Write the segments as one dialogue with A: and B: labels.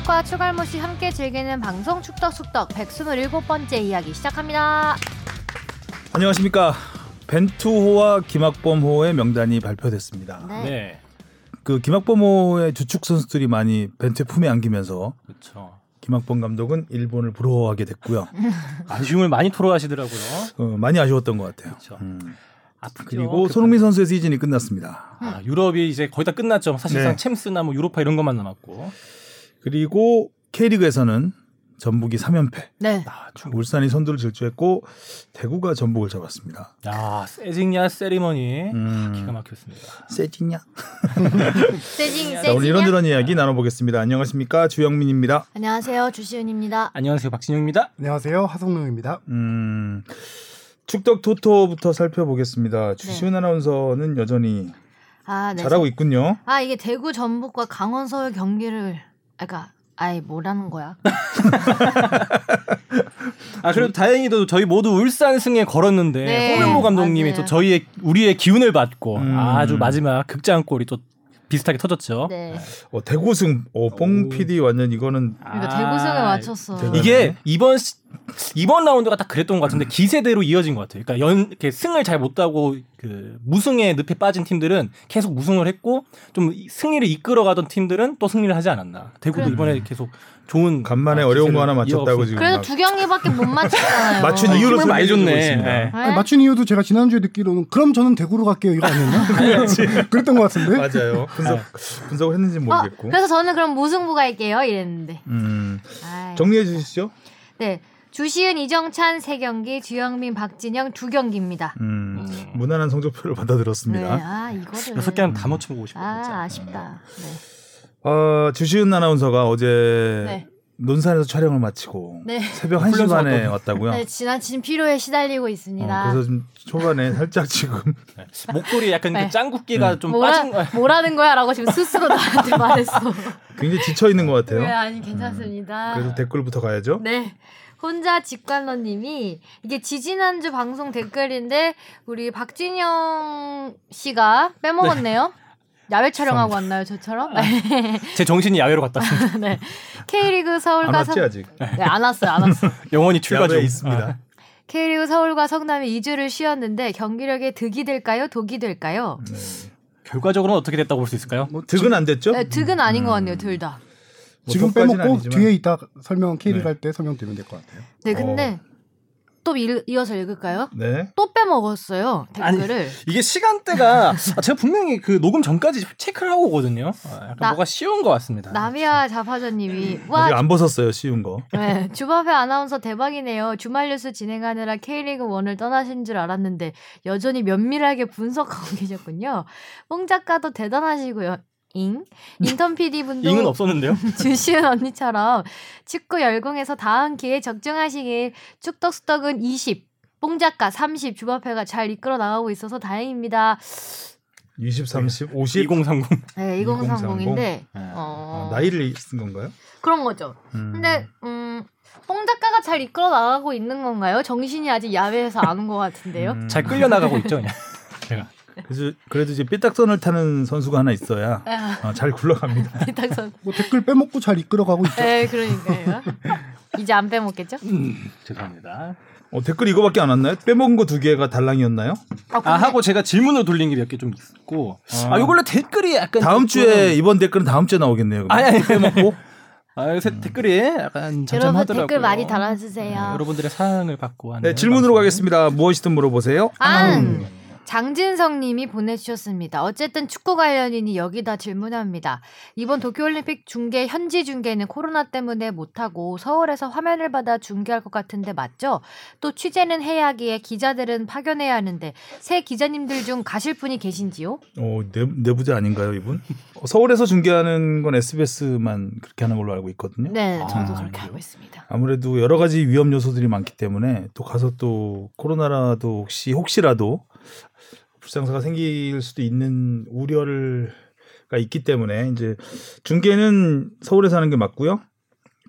A: 추가 추갈모 씨 함께 즐기는 방송 축덕숙덕 127번째 이야기 시작합니다.
B: 안녕하십니까. 벤투호와 김학범호의 명단이 발표됐습니다.
A: 네.
C: 네.
B: 그 김학범호의 주축 선수들이 많이 벤투의 품에 안기면서
C: 그렇죠.
B: 김학범 감독은 일본을 부러워하게 됐고요.
C: 음. 아쉬움을 많이 토로하시더라고요.
B: 어, 많이 아쉬웠던 것 같아요.
C: 그렇죠.
B: 음.
C: 아프죠.
B: 그리고
C: 그-
B: 손흥민 선수의 시즌이 끝났습니다.
C: 아, 유럽이 이제 거의 다 끝났죠. 사실상
B: 네.
C: 챔스나 뭐 유로파 이런 것만 남았고.
B: 그리고 K리그에서는 전북이 3연패,
A: 네.
C: 아, 중...
B: 울산이 선두를 질주했고 대구가 전북을 잡았습니다.
C: 야, 세징야 세리머니
B: 음.
C: 기가 막혔습니다.
B: 세지냐?
A: 세징
B: 자, 오늘
A: 세징.
B: 이런저런 이야기 나눠보겠습니다. 안녕하십니까 주영민입니다.
A: 안녕하세요. 주시은입니다.
C: 안녕하세요, 박진영입니다.
D: 안녕하세요 하성룡입니다.
B: 음, 축덕 토토부터 살펴보겠습니다. 주시은 아나운서는 여전히
A: 아, 네.
B: 잘하고 있군요.
A: 아, 이게 대구 전북과 강원 서울 경기를 아까 그러니까 아이 뭐라는 거야?
B: 어?
C: 아, 그래도 다행히도 저희 모두 울산 승에 걸었는데
A: 네.
C: 홍명보 감독님이
A: 맞아요.
C: 또 저희의 우리의 기운을 받고
B: 음.
C: 아주 마지막 극장골이 또 비슷하게 터졌죠.
A: 네.
B: 어, 대구승, 어, 뽕
D: 오.
B: PD 완전 이거는
A: 이거 그러니까 대구 승에
C: 아,
A: 맞췄어.
B: 아, 대구-
C: 이게 이번 시- 이번 라운드가 딱 그랬던 것 같은데 기세대로 이어진 것 같아요. 그러니까 연 이렇게 승을 잘 못 따고 그 무승의 늪에 빠진 팀들은 계속 무승을 했고 좀 이- 승리를 이끌어가던 팀들은 또 승리를 하지 않았나. 대구도
A: 그래.
C: 이번에 계속 좋은
B: 간만에
C: 아,
B: 어려운
C: 기세를
B: 거 하나 맞췄다고
C: 이어가고
B: 지금.
A: 그래도
B: 막-
A: 두 경기밖에 못 맞췄잖아요.
B: 맞춘
C: 아,
B: 이유로
C: 힘을 많이
B: 설명해주고
C: 줬네.
B: 있습니다.
C: 네.
A: 네?
D: 아니, 맞춘 이유도 제가 지난주에 듣기로는 그럼 저는 대구로 갈게요 이거 아니었나? 그랬던 것 같은데.
B: 맞아요. 뭐 분석
C: 네.
B: 분석을 했는지 는
A: 어,
B: 모르겠고.
A: 그래서 저는 그럼 무승부가 할게요 이랬는데.
B: 음,
A: 아이.
B: 정리해 주시죠.
A: 네. 주시은, 이정찬 세 경기, 주영민, 박진영 두 경기입니다.
B: 음,
C: 음.
B: 무난한 성적표를
A: 네,
B: 받아들었습니다.
A: 아 이거를
C: 여섯 개는 다 맞춰보고 싶어요. 진짜.
A: 아 아쉽다. 네.
B: 어, 주시은 아나운서가 어제
A: 네.
B: 논산에서 촬영을 마치고
A: 네.
B: 새벽 1시
C: 훈련소
B: 반에
C: 왔다고.
B: 왔다고요.
A: 네, 지나친 피로에 시달리고 있습니다.
B: 어, 그래서 좀 초반에 살짝 지금
C: 네. 목도리에 약간
A: 네.
C: 그 짱구기가 좀
A: 뭐라,
C: 빠진 거.
A: 뭐라는 거야라고 지금 스스로 나한테 말했어.
B: 굉장히 지쳐 있는 것 같아요. 음,
A: 네, 아니 괜찮습니다.
B: 그래서 댓글부터 가야죠.
A: 네. 혼자 직관러님이 이게 지지난주 방송 댓글인데 우리 박진영 씨가 빼먹었네요. 야외 촬영하고 왔나요, 저처럼?
B: 아.
C: 제 정신이 야외로 갔다. 왔습니다.
A: 네. K리그
B: 안
A: 서울과
B: 왔지
A: 성...
B: 아직.
A: 네, 안 왔어요, 안 왔어.
C: 영원히 출가 중
B: 야외에 있습니다.
C: 아.
A: K리그 서울과 성남이 2주를 쉬었는데 경기력에 득이 될까요, 독이 될까요?
C: 결과적으로는 어떻게 됐다고 볼 수 있을까요?
D: 뭐 지-
B: 득은 안 됐죠?
A: 네, 득은 아닌 것 같네요, 둘 다.
B: 뭐
D: 지금
B: 덕까지는
D: 빼먹고
B: 아니지만.
D: 뒤에 있다 설명 K리
B: 네.
D: 갈 때 설명드리면 될 것 같아요.
C: 어.
A: 네, 근데 또 일- 이어서 읽을까요?
B: 네.
A: 또 빼먹었어요
C: 아니,
A: 댓글을.
C: 이게 시간대가 아, 제가 분명히 그 녹음 전까지 체크를 하고 오거든요. 아, 약간
A: 나-
C: 뭐가 쉬운 것 같습니다.
A: 나미아 자파저님이
B: 아직
A: 와
B: 안 벗었어요 쉬운 거.
A: 네, 주바페 아나운서 대박이네요. 주말 뉴스 진행하느라 K리그 1을 떠나신 줄 알았는데 여전히 면밀하게 분석하고 계셨군요. 뽕 작가도 대단하시고요. 잉 인턴 PD 분도
C: 잉은 없었는데요.
A: 주시은 언니처럼 축구 열공에서 다음 기회에 적중하시길 축덕수덕은 20 뽕작가 30 주바페가 잘 이끌어 나가고 있어서 다행입니다.
B: 20, 30, 50.
C: 2030.
A: 네, 2030인데
C: 네.
A: 어,
B: 아, 나이를 쓴 건가요?
A: 그런 거죠.
B: 음.
A: 근데 음, 뽕 작가가 잘 이끌어 나가고 있는 건가요? 정신이 아직 야외에서 안 온 것 같은데요.
B: 음.
C: 잘 끌려 나가고 있죠, 그냥. 제가.
B: 그래서 그래도 이제 삐딱선을 타는 선수가 하나 있어야
A: 아,
B: 어, 잘 굴러갑니다.
A: 비탁선.
D: 뭐 댓글 빼먹고 잘 이끌어가고 있죠.
A: 네, 그러니까요. 이제 안 빼먹겠죠?
C: 음. 죄송합니다.
B: 어, 댓글 이거밖에 안 왔나요? 빼먹은 거 두 개가 달랑이었나요?
C: 아 하고 제가 질문을 돌린 게 몇 개 좀 있고.
B: 아.
C: 아 요걸로 댓글이 약간
B: 다음
C: 조금-
B: 주에 이번 댓글은 다음 주에 나오겠네요. 그럼.
C: 아니 아니 빼먹고. 아 요새 댓글이 약간
A: 여러분
C: 잠잠하더라고요.
A: 댓글 많이 달아주세요.
C: 네, 여러분들의 사랑을 받고 하는.
B: 네, 질문으로
C: 방송.
B: 가겠습니다. 무엇이든 물어보세요.
A: 안 음. 장진성님이 보내주셨습니다. 어쨌든 축구 관련이니 여기다 질문합니다. 이번 도쿄올림픽 중계 현지 중계는 코로나 때문에 못하고 서울에서 화면을 받아 중계할 것 같은데 맞죠? 또 취재는 해야 하기에 기자들은 파견해야 하는데 새 기자님들 중 가실 분이 계신지요?
B: 어, 내, 내부자 아닌가요, 이분? 어, 서울에서 중계하는 건 SBS만 그렇게 하는 걸로 알고 있거든요.
A: 네,
B: 저도
A: 저도
B: 아,
A: 그렇게
B: 그렇게
A: 알고 있습니다.
B: 아무래도 여러 가지 위험 요소들이 많기 때문에 또 가서 또 코로나라도 혹시 혹시라도 불상사가 생길 수도 있는 우려를 가 있기 때문에 이제 중계는 서울에서 하는 게 맞고요.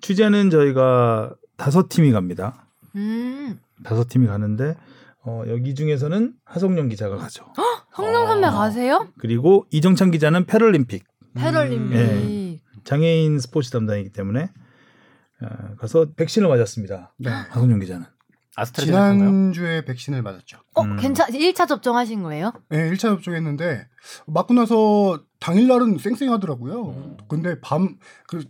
B: 취재는 저희가 다섯 팀이 갑니다.
A: 음,
B: 다섯 팀이 가는데 어, 여기 중에서는 하성룡 기자가 가죠.
A: 성룡 선배
B: 아.
C: 어.
A: 가세요?
B: 그리고 이정찬 기자는 패럴림픽
A: 음. 패럴림픽.
B: 네. 장애인 스포츠 담당이기 때문에 어, 가서 백신을 맞았습니다.
D: 네.
B: 박은용 기자는.
C: 아스트라제네카인가요?
D: 지난주에 백신을 맞았죠.
A: 어,
B: 음.
A: 괜찮. 1차 접종하신 거예요?
D: 네, 1차 접종했는데 맞고 나서 당일날은 쌩쌩하더라고요. 근데 밤 그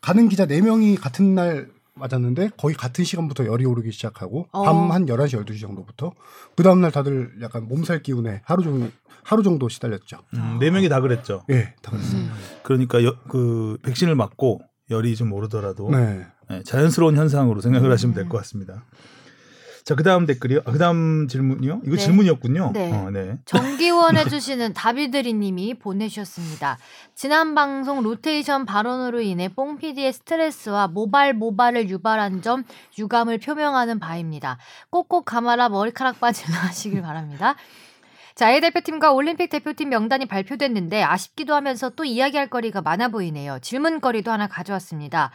D: 가는 기자 4명이 같은 날 맞았는데 거의 같은 시간부터 열이 오르기 시작하고
A: 어.
D: 밤 한 11시 12시 정도부터 그 다음 날 다들 약간 몸살 기운에 하루 종일 하루 정도 시달렸죠.
B: 음, 네 명이 다 그랬죠.
D: 예, 다 그랬어요.
A: 음.
B: 그러니까 여- 그 백신을 맞고 열이 좀 오르더라도
D: 네.
B: 예, 자연스러운 현상으로 생각을 하시면 될
A: 음.
B: 것 같습니다. 자, 그다음 댓글이요. 아, 그다음 질문이요? 이거
A: 네.
B: 질문이었군요.
A: 네.
B: 어, 네.
A: 정기원 해주시는 다비드리님이 보내주셨습니다. 지난 방송 로테이션 발언으로 인해 뽕 PD의 스트레스와 모발 모발을 유발한 점 유감을 표명하는 바입니다. 꼭꼭 감아라 머리카락 빠지나 하시길 바랍니다. 자, A 대표팀과 올림픽 대표팀 명단이 발표됐는데 아쉽기도 하면서 또 이야기할 거리가 많아 보이네요. 질문거리도 하나 가져왔습니다.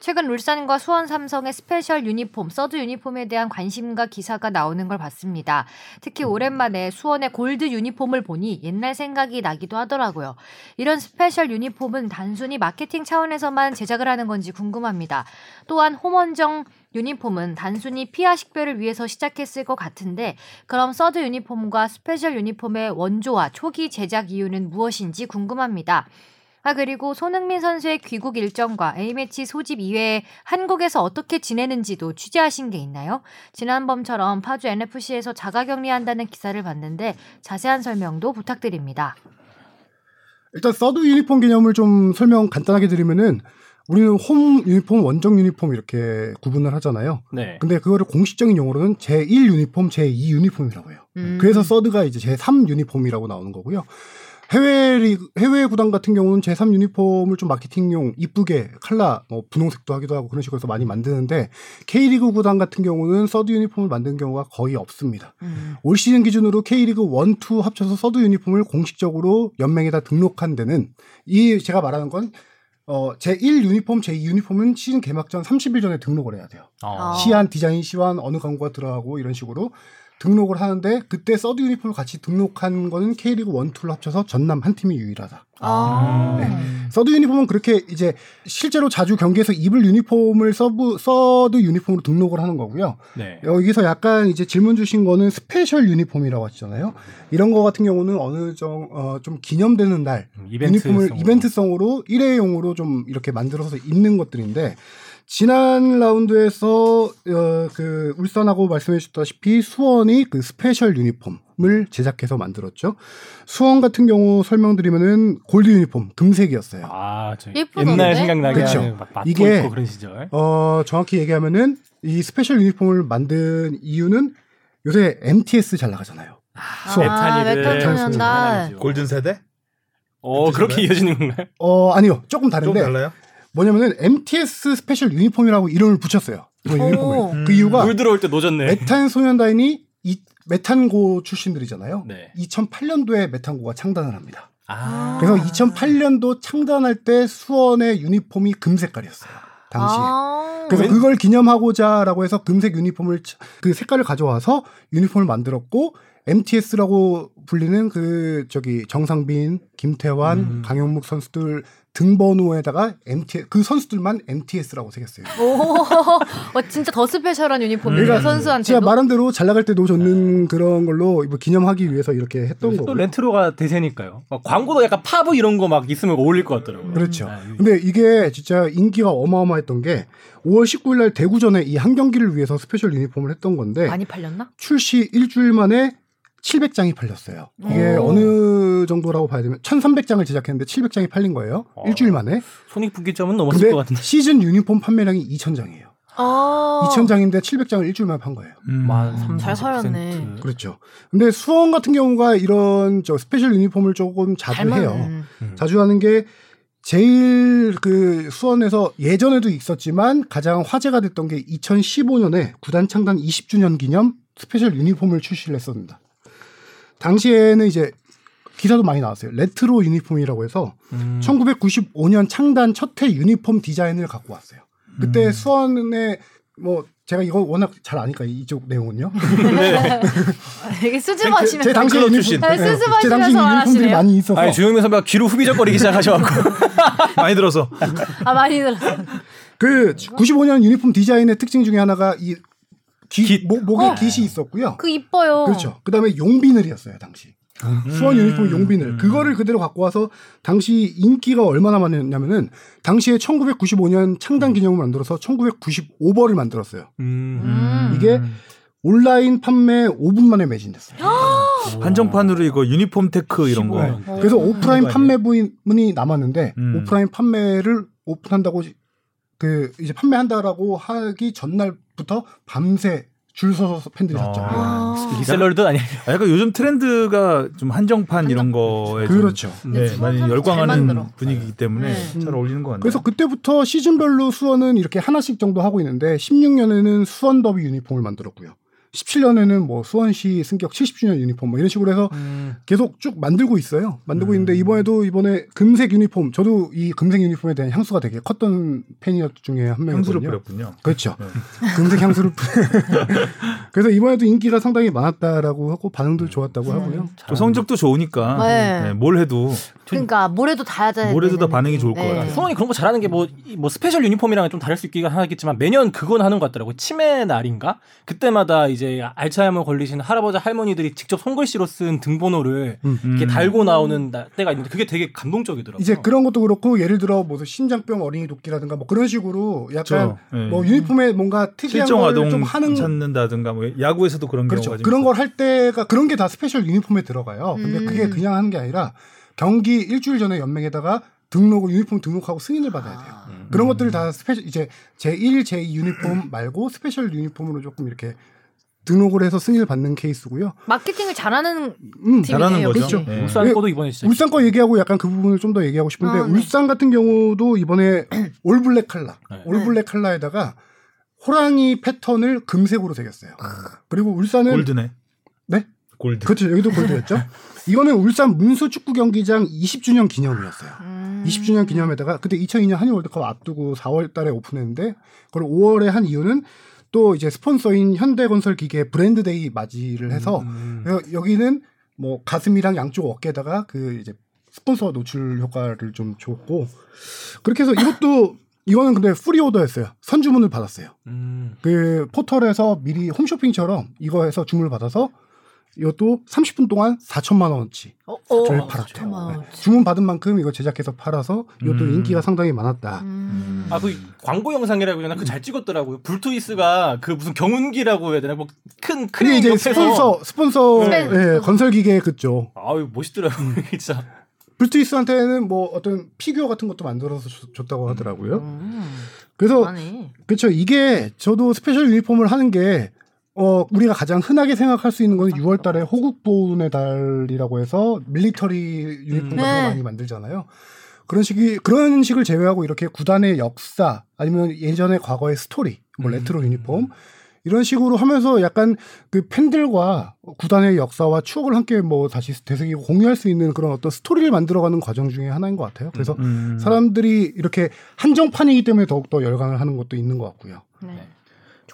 A: 최근 울산과 수원 삼성의 스페셜 유니폼, 서드 유니폼에 대한 관심과 기사가 나오는 걸 봤습니다. 특히 오랜만에 수원의 골드 유니폼을 보니 옛날 생각이 나기도 하더라고요. 이런 스페셜 유니폼은 단순히 마케팅 차원에서만 제작을 하는 건지 궁금합니다. 또한 홈원정 유니폼은 단순히 피아 식별을 위해서 시작했을 것 같은데 그럼 서드 유니폼과 스페셜 유니폼의 원조와 초기 제작 이유는 무엇인지 궁금합니다. 아 그리고 손흥민 선수의 귀국 일정과 A매치 소집 이외에 한국에서 어떻게 지내는지도 취재하신 게 있나요? 지난번처럼 파주 NFC에서 자가격리한다는 기사를 봤는데 자세한 설명도 부탁드립니다.
D: 일단 서드 유니폼 개념을 좀 설명 간단하게 드리면은 우리는 홈 유니폼, 원정 유니폼 이렇게 구분을 하잖아요.
C: 네.
D: 근데 그거를 공식적인 용어로는 제1 유니폼, 제2 유니폼이라고 해요.
A: 음.
D: 그래서 서드가 이제 제3 유니폼이라고 나오는 거고요. 해외 리그, 해외 구단 같은 경우는 제3 유니폼을 좀 마케팅용 이쁘게 컬러 뭐 분홍색도 하기도 하고 그런 식으로 해서 많이 만드는데 K리그 구단 같은 경우는 서드 유니폼을 만든 경우가 거의 없습니다.
A: 음.
D: 올 시즌 기준으로 K리그 1, 2 합쳐서 서드 유니폼을 공식적으로 연맹에다 등록한 데는 이 제가 말하는 건 어, 제1 유니폼, 제2 유니폼은 시즌 개막 전 30일 전에 등록을 해야 돼요.
C: 아.
A: 어.
D: 시안 디자인 시안 어느 광고가 들어가고 이런 식으로 등록을 하는데 그때 서드 유니폼을 같이 등록한 거는 K리그 1, 2를 합쳐서 전남 한 팀이 유일하다.
A: 아.
D: 네. 서드 유니폼은 그렇게 이제 실제로 자주 경기에서 입을 유니폼을 서브 서드 유니폼으로 등록을 하는 거고요.
C: 네.
D: 여기서 약간 이제 질문 주신 거는 스페셜 유니폼이라고 하시잖아요. 이런 거 같은 경우는 어느 정좀 기념되는 날
C: 음, 이벤트
D: 유니폼을 이벤트성으로 일회용으로 좀 이렇게 만들어서 입는 것들인데 지난 라운드에서 어, 그 울산하고 말씀해 주셨다시피 수원이 그 스페셜 유니폼을 제작해서 만들었죠. 수원 같은 경우 설명드리면은 골드 유니폼 금색이었어요.
C: 아, 저
A: 예쁘던데?
C: 옛날 생각나게
D: 그쵸.
C: 하는 막 맞고
D: 이게-
C: 있고 그런 시절.
D: 어, 정확히 얘기하면은 이 스페셜 유니폼을 만든 이유는 요새 MTS 잘 나가잖아요. 수원.
A: 아,
C: 메타니들.
A: 메타니
C: 음.
A: 연단.
B: 골든 세대?
C: 어, 그렇게 이어지는 건가요?
D: 어, 아니요. 조금
B: 좀
D: 다른데
B: 달라요?
D: 뭐냐면은 MTS 스페셜 유니폼이라고 이름을 붙였어요. 이
A: 오.
D: 유니폼을.
B: 음.
D: 그 이유가
C: 물 들어올 때 노졌네.
D: 메탄 소년단이 이 메탄고 출신들이잖아요.
C: 네.
D: 2008년도에 메탄고가 창단을 합니다.
C: 아.
D: 그래서 2008년도 창단할 때 수원의 유니폼이 금색깔이었어요. 당시에.
A: 아.
D: 그래서
C: 웬-
D: 그걸 기념하고자라고 해서 금색 유니폼을 차- 그 색깔을 가져와서 유니폼을 만들었고 MTS라고 불리는 그 저기 정상빈, 김태환,
C: 음.
D: 강용묵 선수들 등번호에다가 MT 그 선수들만 MTS라고 새겼어요.
A: 오, 어, 진짜 더 스페셜한 유니폼이에요
B: 그러니까
A: 선수한테도.
D: 제가 말한 대로 잘 나갈 때 노젓는 그런 걸로 뭐 기념하기 위해서 이렇게 했던
C: 네. 또
D: 거고.
C: 렌트로가 대세니까요. 막 광고도 약간 파브 이런 거 막 있으면 어울릴 것 같더라고요.
D: 그렇죠.
C: 아, 이-
D: 근데 이게 진짜 인기가 어마어마했던 게 5월 19일 날 대구전에 이 한 경기를 위해서 스페셜 유니폼을 했던 건데
A: 많이 팔렸나?
D: 출시 일주일 만에 700장이 팔렸어요. 이게
A: 오.
D: 어느 정도라고 봐야 되면 1,300장을 제작했는데 700장이 팔린 거예요.
C: 어.
D: 일주일 만에.
C: 손익분기점은 넘었을
D: 근데
C: 것 같은데.
D: 시즌 유니폼 판매량이 2,000장이에요.
A: 아.
D: 2,000장인데 700장을 일주일 만에 판 거예요.
B: 음.
C: 만 삼,
A: 잘
C: 사십 퍼센트.
A: 팔았네.
D: 그렇죠. 근데 수원 같은 경우가 이런 저 스페셜 유니폼을 조금 자주
A: 닮은.
D: 해요.
A: 음.
C: 음.
D: 자주 하는 게 제일 그 수원에서 예전에도 있었지만 가장 화제가 됐던 게 2015년에 구단 창단 20주년 기념 스페셜 유니폼을 출시를 했었습니다. 당시에는 이제 기사도 많이 나왔어요. 레트로 유니폼이라고 해서
C: 음.
D: 1995년 창단 첫 해 유니폼 디자인을 갖고 왔어요. 그때
B: 음.
D: 수원의 뭐 제가 이거 워낙 잘 아니까 이쪽 내용은요.
A: 되게
D: 제,
A: 아, 수줍어하시면서.
D: 제 당시
B: 클럽
D: 유니폼,
B: 출신.
A: 네,
D: 예,
A: 수습하시면서
D: 제 당시 유니폼들이
A: 말하시네요.
D: 많이 있어서
C: 아니 조용민 선배가 귀로 후비적거리기 시작하셔갖고
B: 많이 들어서
A: 아 많이 들었어.
D: 그 95년 유니폼 디자인의 특징 중에 하나가 이 기,
C: 깃.
D: 목, 목에
A: 어.
D: 깃이 있었고요.
A: 그 이뻐요.
D: 그렇죠. 그다음에 용비늘이었어요 당시. 수원 유니폼 용비늘 그거를 그대로 갖고 와서 당시 인기가 얼마나 많았냐면은 당시에 1995년 창단 기념을 만들어서 1995벌을 만들었어요.
A: 음.
D: 이게 온라인 판매 5분 만에 매진됐어요.
B: 한정판으로 이거 유니폼 테크 이런 거. 아,
A: 어.
D: 그래서 오프라인
B: 아니에요?
D: 판매 부분이 남았는데
B: 음.
D: 오프라인 판매를 오픈한다고 지- 그 이제 판매한다라고 하기 전날부터 밤새 줄 서서 팬들이
B: 아.
D: 샀죠.
A: 아.
C: 네. 리셀러도 아니에요.
B: 아, 약간 요즘 트렌드가 좀 한정판 이런 거에 좀,
D: 그렇죠.
B: 네,
A: 수원 사람들
B: 많이
A: 잘 만들어.
B: 열광하는 분위기이기 때문에
A: 네.
B: 잘 어울리는 것 같네요.
D: 그래서 그때부터 시즌별로 수원은 이렇게 하나씩 정도 하고 있는데 16년에는 수원 더비 유니폼을 만들었고요. 17년에는 뭐 수원시 승격 70주년 유니폼 뭐 이런 식으로 해서
C: 음.
D: 계속 쭉 만들고
B: 음.
D: 있어요. 만들고 있는데 이번에도 이번에 금색 유니폼 저도 이 금색 유니폼에 대한 향수가 되게 컸던 팬이었 중에 한
B: 향수를
D: 명이거든요.
B: 뿌렸군요.
D: 그렇죠.
B: 네.
D: 금색 향수를 뿌 그래서 이번에도 인기가 상당히 많았다라고 하고 반응도 좋았다고 하고요.
B: 또 성적도 좋으니까
A: 네.
B: 네, 뭘 해도
A: 그러니까 모래도 다 잘.
B: 모래도 다 반응이 좋을
A: 네.
B: 것
D: 네.
B: 같아요.
C: 성원이 그런 거 잘하는 게 뭐 스페셜 유니폼이랑 좀 다를 수 있긴 하겠지만 매년 그건 하는 것 같더라고. 치매 날인가? 그때마다 이제 알츠하이머 걸리신 할아버지 할머니들이 직접 손글씨로 쓴 등번호를 이렇게
B: 음.
C: 달고 나오는 나- 때가 있는데 그게 되게 감동적이더라고요.
D: 이제 그런 것도 그렇고 예를 들어 뭐 심장병 어린이 돕기라든가 뭐 그런 식으로 약간
B: 그렇죠. 네.
D: 뭐 유니폼에 뭔가 특이한
B: 실종
D: 걸
B: 아동
D: 좀 하는
B: 찾는다든가 뭐 야구에서도 그런
D: 그렇죠.
B: 경우가 좀
D: 그런 걸 할 때가 그런 게 다 스페셜 유니폼에 들어가요. 근데
A: 음.
D: 그게 그냥 하는 게 아니라 경기 일주일 전에 연맹에다가 등록을 유니폼 등록하고 승인을 받아야 돼요.
B: 음.
D: 그런 것들을 다 스페셜 이제 제1, 제2 유니폼 말고 스페셜 유니폼으로 조금 이렇게 등록을 해서 승인을 받는 케이스고요.
A: 마케팅을 잘하는 팀.
D: 음.
B: 잘하는
A: 재밌네요,
B: 거죠.
A: 그치?
B: 네.
C: 울산 거도 이번에 진짜
D: 울산 거 얘기하고 약간 그 부분을 좀 더 얘기하고 싶은데
A: 아, 네.
D: 울산 같은 경우도 이번에 올블랙 컬러,
C: 네.
D: 올블랙 컬러에다가 호랑이 패턴을 금색으로 새겼어요. 그리고 울산은
B: 아. 골드네.
D: 네?
B: 골드.
D: 그렇죠. 여기도 골드였죠. 이거는 울산 문수 축구 경기장 20주년 기념이었어요.
A: 음.
D: 20주년 기념에다가 그때 2002년 한일 월드컵 앞두고 4월 달에 오픈했는데 그걸 5월에 한 이유는 또 이제 스폰서인 현대건설 기계 브랜드데이 맞이를 해서
C: 음.
D: 여- 여기는 뭐 가슴이랑 양쪽 어깨에다가 그 이제 스폰서 노출 효과를 좀 줬고 그렇게 해서 이것도 이거는 근데 프리오더였어요. 선주문을 받았어요.
C: 음.
D: 그 포털에서 미리 홈쇼핑처럼 이거 해서 주문을 받아서 이것도 30분 동안 4천만 원치
A: 어, 어.
D: 를
C: 아,
D: 팔았대요.
A: 4천만
D: 네.
A: 원어치.
D: 주문 받은 만큼 이거 제작해서 팔아서 이것도
B: 음.
D: 인기가 상당히 많았다.
A: 음.
C: 아, 그 광고 영상이라고 해야 되나? 그 잘 찍었더라고요. 불투이스가 그 무슨 경운기라고 해야 되나? 뭐 큰
D: 그게
C: 크레인
D: 이제
C: 옆에서
D: 스폰서 스폰서
A: 네.
D: 예, 건설 기계 그쪽
C: 아유, 멋있더라고요. 진짜.
D: 불투이스한테는 뭐 어떤 피규어 같은 것도 만들어서 줬- 줬다고 하더라고요.
A: 음.
D: 그래서
A: 아니.
D: 그렇죠. 이게 저도 스페셜 유니폼을 하는 게 어, 우리가 가장 흔하게 생각할 수 있는 건 6월 달에 호국보훈의 달이라고 해서 밀리터리 유니폼
C: 음.
D: 같은 거
A: 네.
D: 많이 만들잖아요. 그런 식이 그런 식을 제외하고 이렇게 구단의 역사 아니면 예전의 과거의 스토리,
B: 음.
D: 뭐 레트로 유니폼 이런 식으로 하면서 약간 그 팬들과 구단의 역사와 추억을 함께 뭐 다시 되새기고 공유할 수 있는 그런 어떤 스토리를 만들어가는 과정 중에 하나인 것 같아요. 그래서
B: 음.
D: 사람들이 이렇게 한정판이기 때문에 더욱더 열광을 하는 것도 있는 것 같고요.
A: 네.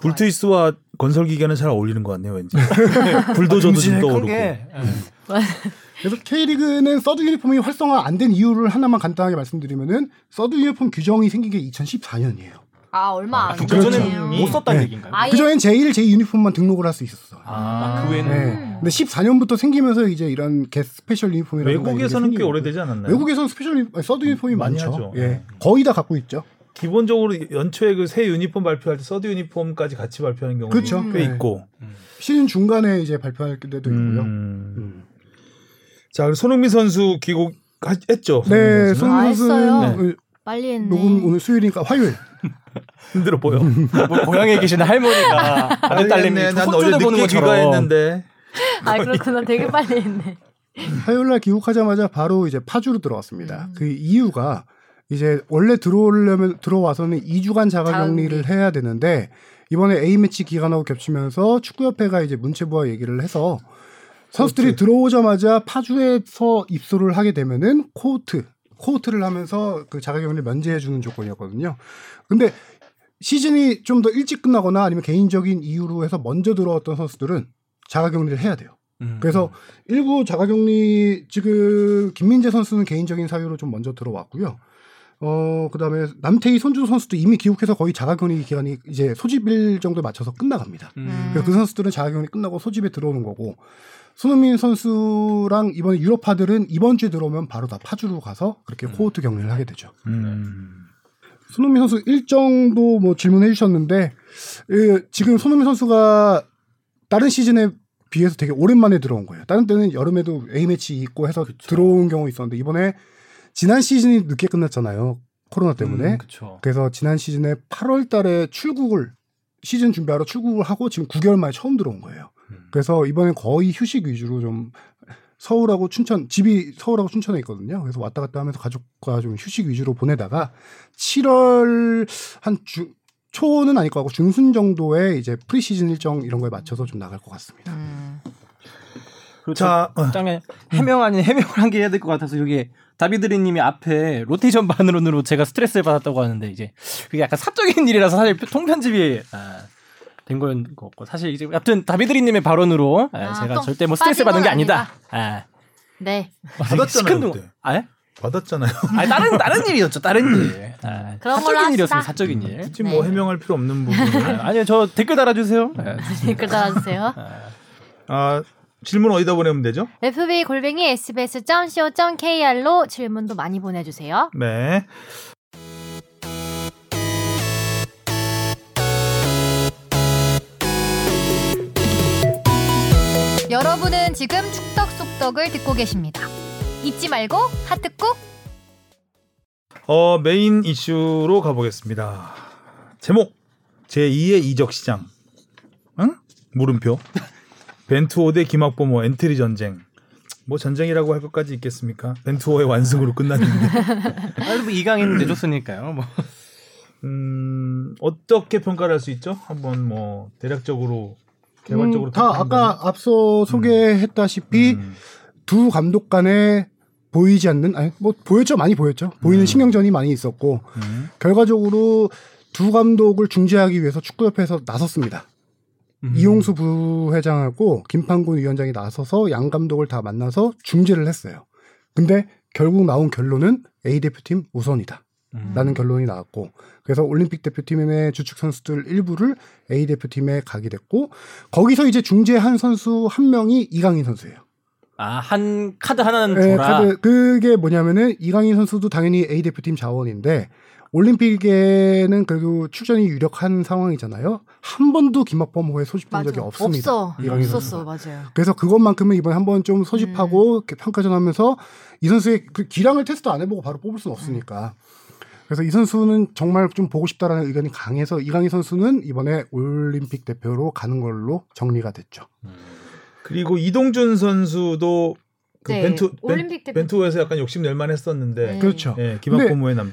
B: 불트위스와 건설 기계는 잘 어울리는 것 같네요, 왠지. 불도저도 좀 떠오르고.
C: 네.
D: 그래서 K리그는 서드 유니폼이 활성화 안 된 이유를 하나만 간단하게 말씀드리면은 서드 유니폼 규정이 생긴 게 2014년이에요.
A: 아 얼마 안
C: 그
D: 그렇죠.
C: 전에는
A: 됐네요.
C: 못 썼다는
D: 네.
C: 얘기인가요?
A: 아예
D: 그전엔 제1, 제2 유니폼만 등록을 할 수 있었어. 요
C: 아, 그
D: 네.
C: 외에는
A: 음.
D: 근데 14년부터 생기면서 이제 이런 게 스페셜 유니폼이라는
B: 외국에서는 꽤 오래되지 않았나요?
D: 외국에서는 스페셜 유니폼, 아니, 서드 유니폼이
B: 많이
D: 많죠.
B: 하죠. 네.
D: 예. 거의 다 갖고 있죠.
B: 기본적으로 연초에 그 새 유니폼 발표할 때 서드 유니폼까지 같이 발표하는 경우가
D: 그렇죠.
B: 꽤
D: 네.
B: 있고.
D: 시즌 중간에 이제 발표할 때도 있고요.
B: 음.
D: 음.
B: 자, 그리고 손흥민 선수 귀국했죠.
A: 아,
B: 손흥민 선수는.
D: 네, 손흥민
A: 했어요?
D: 선수는
A: 빨리 했네.
D: 녹음 오늘 수요일이니까 화요일.
B: 힘들어 보여.
C: 뭐 고향에 계시는 할머니가 아들 딸내미
B: 난
C: 손
B: 어제
C: 보는
B: 늦게
C: 것처럼
B: 귀가했는데.
A: 아 그렇구나. 되게 빨리 했네.
D: 화요일날 귀국하자마자 바로 이제 파주로 들어왔습니다. 그 이유가 이제 원래 들어오려면 들어와서는 2주간 자가격리를 해야 되는데 이번에 A 매치 기간하고 겹치면서 축구협회가 이제 문체부와 얘기를 해서 선수들이 들어오자마자 파주에서 입소를 하게 되면은 코호트 코호트를 하면서 그 자가격리를 면제해주는 조건이었거든요. 근데 시즌이 좀 더 일찍 끝나거나 아니면 개인적인 이유로 해서 먼저 들어왔던 선수들은 자가격리를 해야 돼요.
C: 음.
D: 그래서 일부 자가격리 지금 김민재 선수는 개인적인 사유로 좀 먼저 들어왔고요. 어 그다음에 남태희 손준 선수도 이미 기록해서 거의 자가격리 기간이 이제 소집일 정도에 맞춰서 끝나갑니다.
A: 음.
D: 그래서 그 선수들은 자가격리 끝나고 소집에 들어오는 거고 손흥민 선수랑 이번에 유럽파들은 이번 주에 들어오면 바로 다 파주로 가서 그렇게 코호트 격리를 하게 되죠.
B: 음.
D: 손흥민 선수 일정도 뭐 질문해 주셨는데 예, 지금 손흥민 선수가 다른 시즌에 비해서 되게 오랜만에 들어온 거예요. 다른 때는 여름에도 A매치 있고 해서 들어온 경우 있었는데 이번에 지난 시즌이 늦게 끝났잖아요. 코로나 때문에.
C: 그렇죠.
D: 그래서 지난 시즌에 8월 달에 출국을 시즌 준비하러 출국을 하고 지금 9개월 만에 처음 들어온 거예요.
B: 음.
D: 그래서 이번엔 거의 휴식 위주로 좀 서울하고 춘천 집이 서울하고 춘천에 있거든요. 그래서 왔다 갔다 하면서 가족과 좀 휴식 위주로 보내다가 7월 한 주 초는 아닐 것 같고 중순 정도에 이제 프리시즌 일정 이런 거에 맞춰서 좀 나갈 것 같습니다.
A: 음.
B: 자, 어,
C: 짱에 해명 아닌 해명을 한 개 해야 될 것 같아서 여기 다비드리님이 앞에 로테이션 반으로 제가 스트레스를 받았다고 하는데 이제 그게 약간 사적인 일이라서 사실 통편집이 아, 된 건 같고 사실 이제 아무튼 다비드리님의 발언으로 아,
A: 아,
C: 제가
A: 똥
C: 절대 뭐 스트레스
A: 빠진
C: 받은 게
A: 건
C: 아니다. 아,
A: 네.
B: 받았잖아요.
C: 시큰둥-
B: 그때.
C: 아,
B: 받았잖아요.
C: 아니, 다른 다른 일이었죠. 다른 일. 아,
A: 음. 그런 걸로
C: 사적인
A: 합시다.
C: 일이었어요. 사적인 일.
B: 굳이 뭐
A: 네.
B: 해명할 필요 없는
C: 아,
B: 부분.
C: 아니요, 저 댓글 달아주세요. 아,
A: 댓글 달아주세요.
B: 아, 질문 어디다 보내면 되죠?
A: FB 골뱅이 sbs.co.kr로 질문도 많이 보내주세요.
B: 네.
A: 여러분은 지금 축덕 속덕을 듣고 계십니다. 잊지 말고 하트 꾹.
B: 어, 메인 이슈로 가보겠습니다. 제목 제2의 이적 시장. 응? 물음표. 벤투호 대 김학범호 엔트리 전쟁. 뭐 전쟁이라고 할 것까지 있겠습니까? 벤투호의 완승으로 끝났는데.
C: 아니, 뭐 이강인 내줬으니까요. 뭐.
B: 음, 어떻게 평가를 할 수 있죠? 한번 뭐 대략적으로 개괄적으로
D: 음, 다
B: 평가한다면.
D: 아까 앞서 소개했다시피
B: 음.
D: 두 감독 간에 보이지 않는 아니 뭐 보였죠 많이 보였죠 보이는 신경전이 많이 있었고
B: 음.
D: 결과적으로 두 감독을 중재하기 위해서 축구협회에서 나섰습니다.
B: 음.
D: 음. 이용수 부회장하고 김판곤 위원장이 나서서 양 감독을 다 만나서 중재를 했어요. 근데 결국 나온 결론은 A 대표팀 우선이다. 라는 결론이 나왔고 그래서 올림픽 대표팀의 주축 선수들 일부를 A 대표팀에 가게 됐고 거기서 이제 중재한 선수 한 명이 이강인 선수예요.
C: 아 한 카드 하나는
D: 예,
C: 줘라.
D: 카드 그게 뭐냐면은 이강인 선수도 당연히 A 대표팀 자원인데 올림픽에는 그래도 출전이 유력한 상황이잖아요. 한 번도 김학범 호에 소집된 적이 없습니다.
A: 없어.
D: 이강인
A: 없었어. 음.
D: 선수가.
A: 맞아요.
D: 그래서 그것만큼은 이번에 한번 좀 소집하고 이렇게 평가전하면서 이 선수의 그 기량을 테스트 안 해보고 바로 뽑을 수는 없으니까.
A: 음.
D: 그래서 이 선수는 정말 좀 보고 싶다라는 의견이 강해서 이강인 선수는 이번에 올림픽 대표로 가는 걸로 정리가 됐죠.
B: 그리고 이동준 선수도 그
A: 네,
B: 벤투
A: 올림픽 대표-
B: 벤, 투호에서 약간 욕심 낼 만했었는데
A: 네.
D: 그렇죠.
B: 예, 김학범호에 남았죠.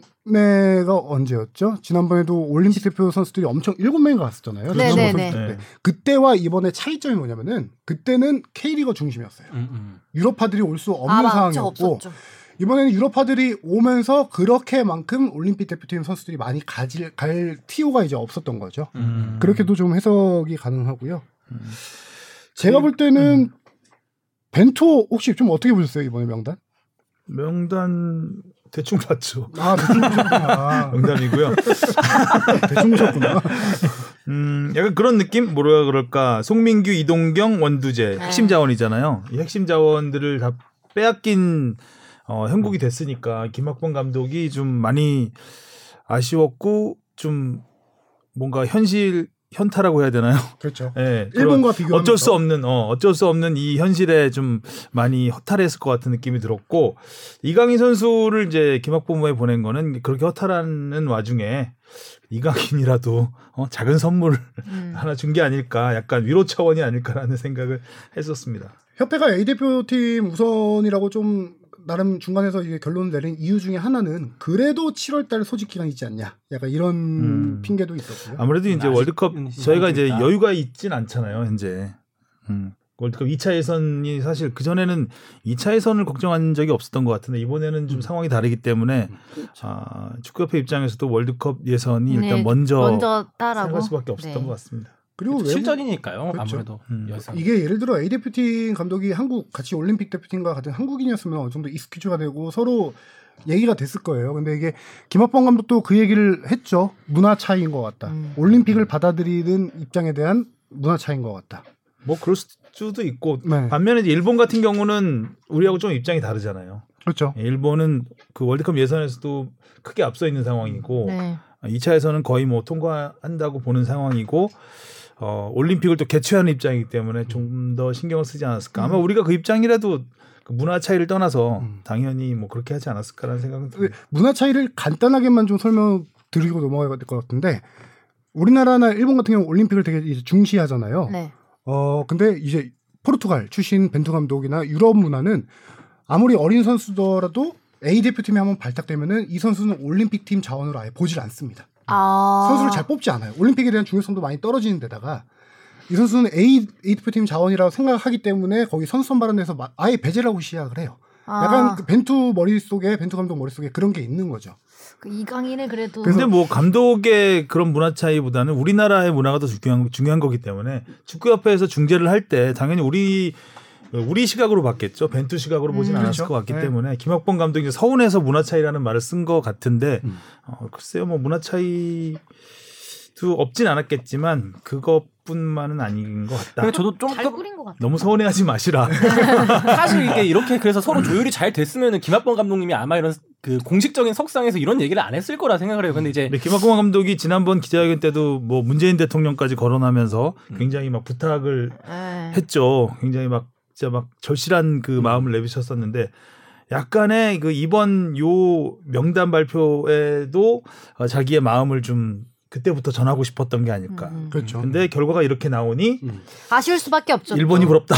D: 지난번에가 언제였죠? 지난번에도 올림픽 대표 선수들이 엄청 일곱 명이 갔었잖아요.
A: 네,
D: 지난번
A: 네, 네.
B: 예.
D: 선수들 때. 그때와 이번의 차이점이 뭐냐면은 그때는 K리거 중심이었어요.
C: 음, 음.
D: 유럽파들이 올 수 없는
A: 아, 맞죠.
D: 상황이었고
A: 없었죠.
D: 이번에는 유럽파들이 오면서 그렇게만큼 올림픽 대표팀 선수들이 많이 가질 갈 티오가 이제 없었던 거죠.
C: 음.
D: 그렇게도 좀 해석이 가능하고요. 제가 볼 때는 벤토 혹시 좀 어떻게 보셨어요 이번에 명단?
B: 명단 대충 봤죠.
D: 아 대충 보셨구나.
B: 명단이고요. 네,
D: 대충 보셨구나.
B: 음, 약간 그런 느낌? 뭐라 그럴까? 송민규, 이동경, 원두재 핵심
A: 네.
B: 자원이잖아요. 이 핵심 자원들을 다 빼앗긴 어, 형국이 됐으니까 김학범 감독이 좀 많이 아쉬웠고 좀 뭔가 현실 현타라고 해야 되나요?
D: 그렇죠.
B: 예. 그런
D: 일본과 비교하면
B: 어쩔 수 없는 어 어쩔 수 없는 이 현실에 좀 많이 허탈했을 것 같은 느낌이 들었고 이강인 선수를 이제 김학범호에 보낸 거는 그렇게 허탈하는 와중에 이강인이라도 어, 작은 선물
A: 음.
B: 하나 준 게 아닐까 약간 위로 차원이 아닐까라는 생각을 했었습니다.
D: 협회가 A 대표팀 우선이라고 좀 나름 중간에서 이게 결론을 내린 이유 중에 하나는 그래도 7월달 소집 기간이 있지 않냐. 약간 이런
B: 음.
D: 핑계도 있었고요.
B: 아무래도 이제
C: 아직
B: 월드컵
C: 시간이
B: 저희가 이제
C: 있다.
B: 여유가 있진 않잖아요 현재. 음. 월드컵 2차 예선이 사실 그 전에는 2차 예선을 걱정한 적이 없었던 것 같은데 이번에는
C: 음.
B: 좀 상황이 다르기 때문에
C: 그렇죠.
B: 아, 축구협회 입장에서도 월드컵 예선이 일단
A: 네,
B: 먼저,
A: 먼저 따라고.
B: 생각할 수밖에 없었던
A: 네.
B: 것 같습니다.
D: 그리고 외국-
C: 실전이니까요.
D: 그렇죠.
C: 아무래도
B: 음.
C: 여성.
D: 이게 예를 들어 A 대표팀 감독이 한국 같이 올림픽 대표팀과 같은 한국인이었으면 어느 정도 익스큐즈가 되고 서로 얘기가 됐을 거예요. 근데 이게 김학범 감독도 그 얘기를 했죠. 문화 차이인 것 같다.
A: 음.
D: 올림픽을 받아들이는 입장에 대한 문화 차이인 것 같다.
B: 뭐 그럴 수도 있고
C: 음,
D: 네,
B: 반면에 이제 일본 같은 경우는 우리하고 좀 입장이 다르잖아요.
D: 그렇죠.
B: 일본은 그 월드컵 예선에서도 크게 앞서 있는 상황이고
A: 네.
B: 2차에서는 거의 뭐 통과한다고 보는 상황이고 어, 올림픽을 또 개최하는 입장이기 때문에 좀 더 신경을 쓰지 않았을까. 아마 우리가 그 입장이라도 그 문화 차이를 떠나서
D: 음. 그
B: 당연히 뭐 그렇게 하지 않았을까라는 생각은
D: 왜-
B: 듭니다.
D: 문화 차이를 간단하게만 좀 설명 드리고 넘어가야 될 것 같은데 우리나라나 일본 같은 경우 올림픽을 되게 이제 중시하잖아요.
A: 네.
D: 어 근데 이제 포르투갈 출신 벤투 감독이나 유럽 문화는 아무리 어린 선수더라도 A 대표팀이 한번 발탁되면은 이 선수는 올림픽 팀 자원으로 아예 보질 않습니다.
A: 아.
D: 선수를 잘 뽑지 않아요. 올림픽에 대한 중요성도 많이 떨어지는 데다가 이 선수는 A, A 대표팀 자원이라고 생각하기 때문에 거기 선수 선발원에서 마- 아예 배제를 하고 시작을 해요.
A: 아,
D: 약간 그 벤투 머릿속에 벤투 감독 머릿속에 그런 게 있는 거죠.
A: 그 이강인은 그래도
B: 근데 뭐 감독의 그런 문화 차이보다는 우리나라의 문화가 더 중요한, 중요한 거기 때문에 축구협회에서 중재를 할 때 당연히 우리 우리 시각으로 봤겠죠. 벤투 시각으로 보진
A: 음.
B: 않았을
D: 그렇죠.
B: 것 같기
D: 네.
B: 때문에 김학범 감독이 이제 서운해서 문화 차이라는 말을 쓴 것 같은데
D: 음.
B: 어, 글쎄요, 뭐 문화 차이도 없진 않았겠지만 그것뿐만은 아닌 것 같다.
C: 근데 저도 좀
A: 잘
C: 더-
A: 꾸린 것 같아.
B: 너무 서운해하지 마시라.
C: 사실 이게 이렇게 그래서 서로 조율이 잘 됐으면은 김학범 감독님이 아마 이런 그 공식적인 석상에서 이런 얘기를 안 했을 거라 생각을 해요. 근데 이제
B: 근데 김학범 감독이 지난번 기자회견 때도 뭐 문재인 대통령까지 거론하면서 굉장히 막 부탁을
A: 예.
B: 했죠. 굉장히 막 진짜 막 절실한 그 마음을 내비쳤었는데 약간의 그 이번 요 명단 발표에도 어, 자기의 마음을 좀 그때부터 전하고 싶었던 게 아닐까.
A: 음, 음.
D: 그렇죠.
B: 근데 결과가 이렇게 나오니
D: 음.
A: 아쉬울 수밖에 없죠.
B: 일본이
A: 또.
B: 부럽다.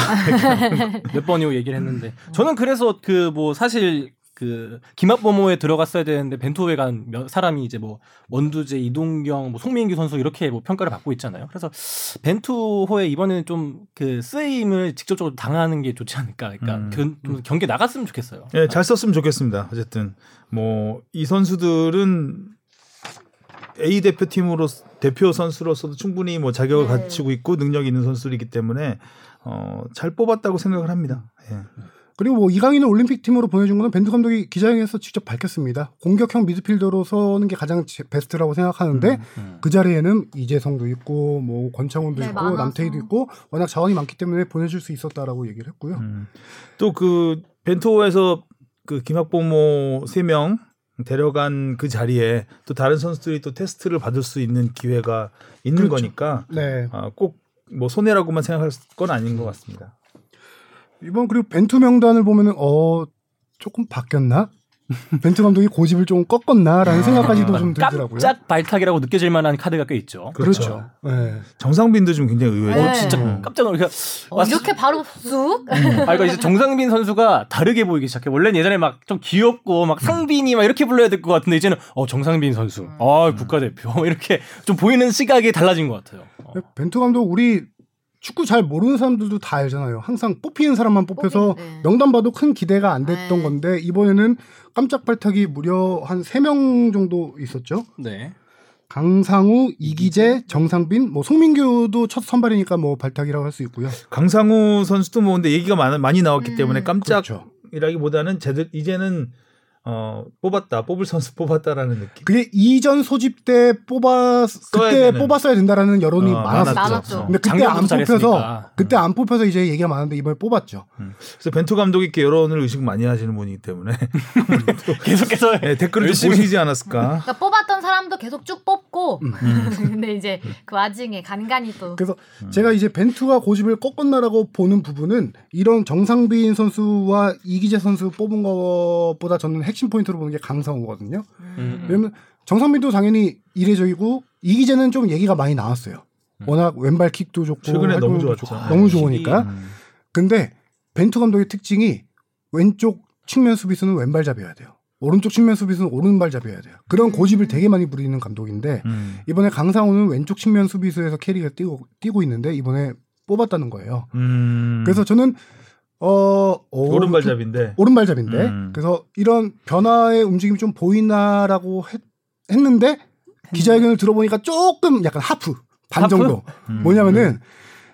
C: 몇 번이고 얘기를 했는데 저는 그래서 그 뭐 사실 그 김학범호에 들어갔어야 되는데 벤투호에 간 몇 사람이 이제 뭐 원두재, 이동경, 뭐 송민규 선수 이렇게 뭐 평가를 받고 있잖아요. 그래서 벤투호에 이번에는 좀 그 쓰임을 직접적으로 당하는 게 좋지 않을까. 그러니까
B: 음.
C: 견- 좀 경기에 나갔으면 좋겠어요.
B: 예, 잘 썼으면 좋겠습니다. 어쨌든 뭐 이 선수들은 A 대표팀으로 대표 선수로서도 충분히 뭐 자격을
A: 네.
B: 갖추고 있고 능력이 있는 선수들이기 때문에 어, 잘 뽑았다고 생각을 합니다. 예.
D: 그리고 뭐 이강인을 올림픽 팀으로 보내준 거는 벤투 감독이 기자회견에서 직접 밝혔습니다. 공격형 미드필더로 서는 게 가장 제- 베스트라고 생각하는데
C: 음.
D: 그 자리에는 이재성도 있고 뭐 권창훈도
A: 네,
D: 있고
A: 많아서.
D: 남태희도 있고 워낙 자원이 많기 때문에 보내줄 수 있었다라고 얘기를 했고요.
B: 또 그 벤토에서 그 김학범호 세 명 데려간 그 자리에 또 다른 선수들이 또 테스트를 받을 수 있는 기회가 있는
D: 그렇죠.
B: 거니까
D: 네
B: 아, 꼭뭐 손해라고만 생각할 건 아닌 것 같습니다.
D: 이번 그리고 벤투 명단을 보면은 어 조금 바뀌었나? 벤투 감독이 고집을 좀 꺾었나라는 생각까지도 좀 들더라고요.
C: 깜짝 발탁이라고 느껴질 만한 카드가 꽤 있죠.
D: 그렇죠. 네.
B: 정상빈도 좀 굉장히
D: 그-
B: 의외죠.
A: 네.
C: 어, 진짜 깜짝 놀라요.
A: 어, 이렇게 바로 쑥.
C: 아, 그러니까 이제 정상빈 선수가 다르게 보이기 시작해. 원래는 예전에 막 좀 귀엽고 막 상빈이 막 이렇게 불러야 될 것 같은데 이제는 어 정상빈 선수,
D: 음.
C: 아 국가대표 이렇게 좀 보이는 시각이 달라진 것 같아요. 어.
D: 예, 벤투 감독 우리 축구 잘 모르는 사람들도 다 알잖아요. 항상 뽑히는 사람만 뽑혀서
A: 뽑히는, 네.
D: 명단 봐도 큰 기대가 안 됐던
A: 네.
D: 건데 이번에는 깜짝 발탁이 무려 한 세 명 정도 있었죠.
C: 네.
D: 강상우, 이기재, 정상빈, 뭐 송민규도 첫 선발이니까 뭐 발탁이라고 할 수 있고요.
B: 강상우 선수도 뭐 근데 얘기가 많, 많이 나왔기
A: 음.
B: 때문에
D: 그렇죠.
B: 깜짝이라기보다는 제들 이제는 어, 뽑았다 뽑을 선수 뽑았다라는 느낌.
D: 그게 이전 소집 때 뽑아
B: 써야
D: 그때
B: 되는.
D: 뽑았어야 된다라는 여론이
B: 어,
D: 많았었죠.
A: 많았죠.
B: 어.
D: 근데 그때
C: 작년부터
D: 안 뽑혀서
C: 잘했으니까.
D: 그때 안 뽑혀서 이제 얘기가 많은데 이번에 뽑았죠.
B: 그래서 벤투 감독이 이렇게 여론을 의식 많이 하시는 분이기 때문에
C: 계속해서
B: 예, 댓글을 좀
C: 열심히-
B: 보시지 않았을까.
A: 그러니까 뽑았던 사람도 계속 쭉 뽑고. 근데 이제 그 와중에 간간히 또.
D: 그래서
B: 음.
D: 제가 이제 벤투가 고집을 꺾었나라고 보는 부분은 이런 정상빈 선수와 이기재 선수 뽑은 것보다 저는 핵심 포인트로 보는 게 강상우거든요.
C: 음.
D: 왜냐면 정상빈도 당연히 이례적이고 이기재는 좀 얘기가 많이 나왔어요. 워낙 왼발 킥도 좋고
B: 음. 최근에 너무
D: 활동도
B: 좋았죠.
D: 좋고 너무
C: 아,
D: 좋으니까.
B: 음,
D: 근데 벤투 감독의 특징이 왼쪽 측면 수비수는 왼발잡이어야 돼요. 오른쪽 측면 수비수는 오른발잡이어야 돼요. 그런 고집을 되게 많이 부리는 감독인데
B: 음.
D: 이번에 강상우는 왼쪽 측면 수비수에서 캐리가 뛰고 뛰고 있는데 이번에 뽑았다는 거예요.
B: 음.
D: 그래서 저는 어, 어,
B: 오른발잡인데.
D: 오른발잡인데
B: 음.
D: 그래서 이런 변화의 움직임이 좀 보이나라고 했, 는데 기자회견을 들어보니까 조금 약간 하프 반
C: 하프?
D: 정도
B: 음.
D: 뭐냐면은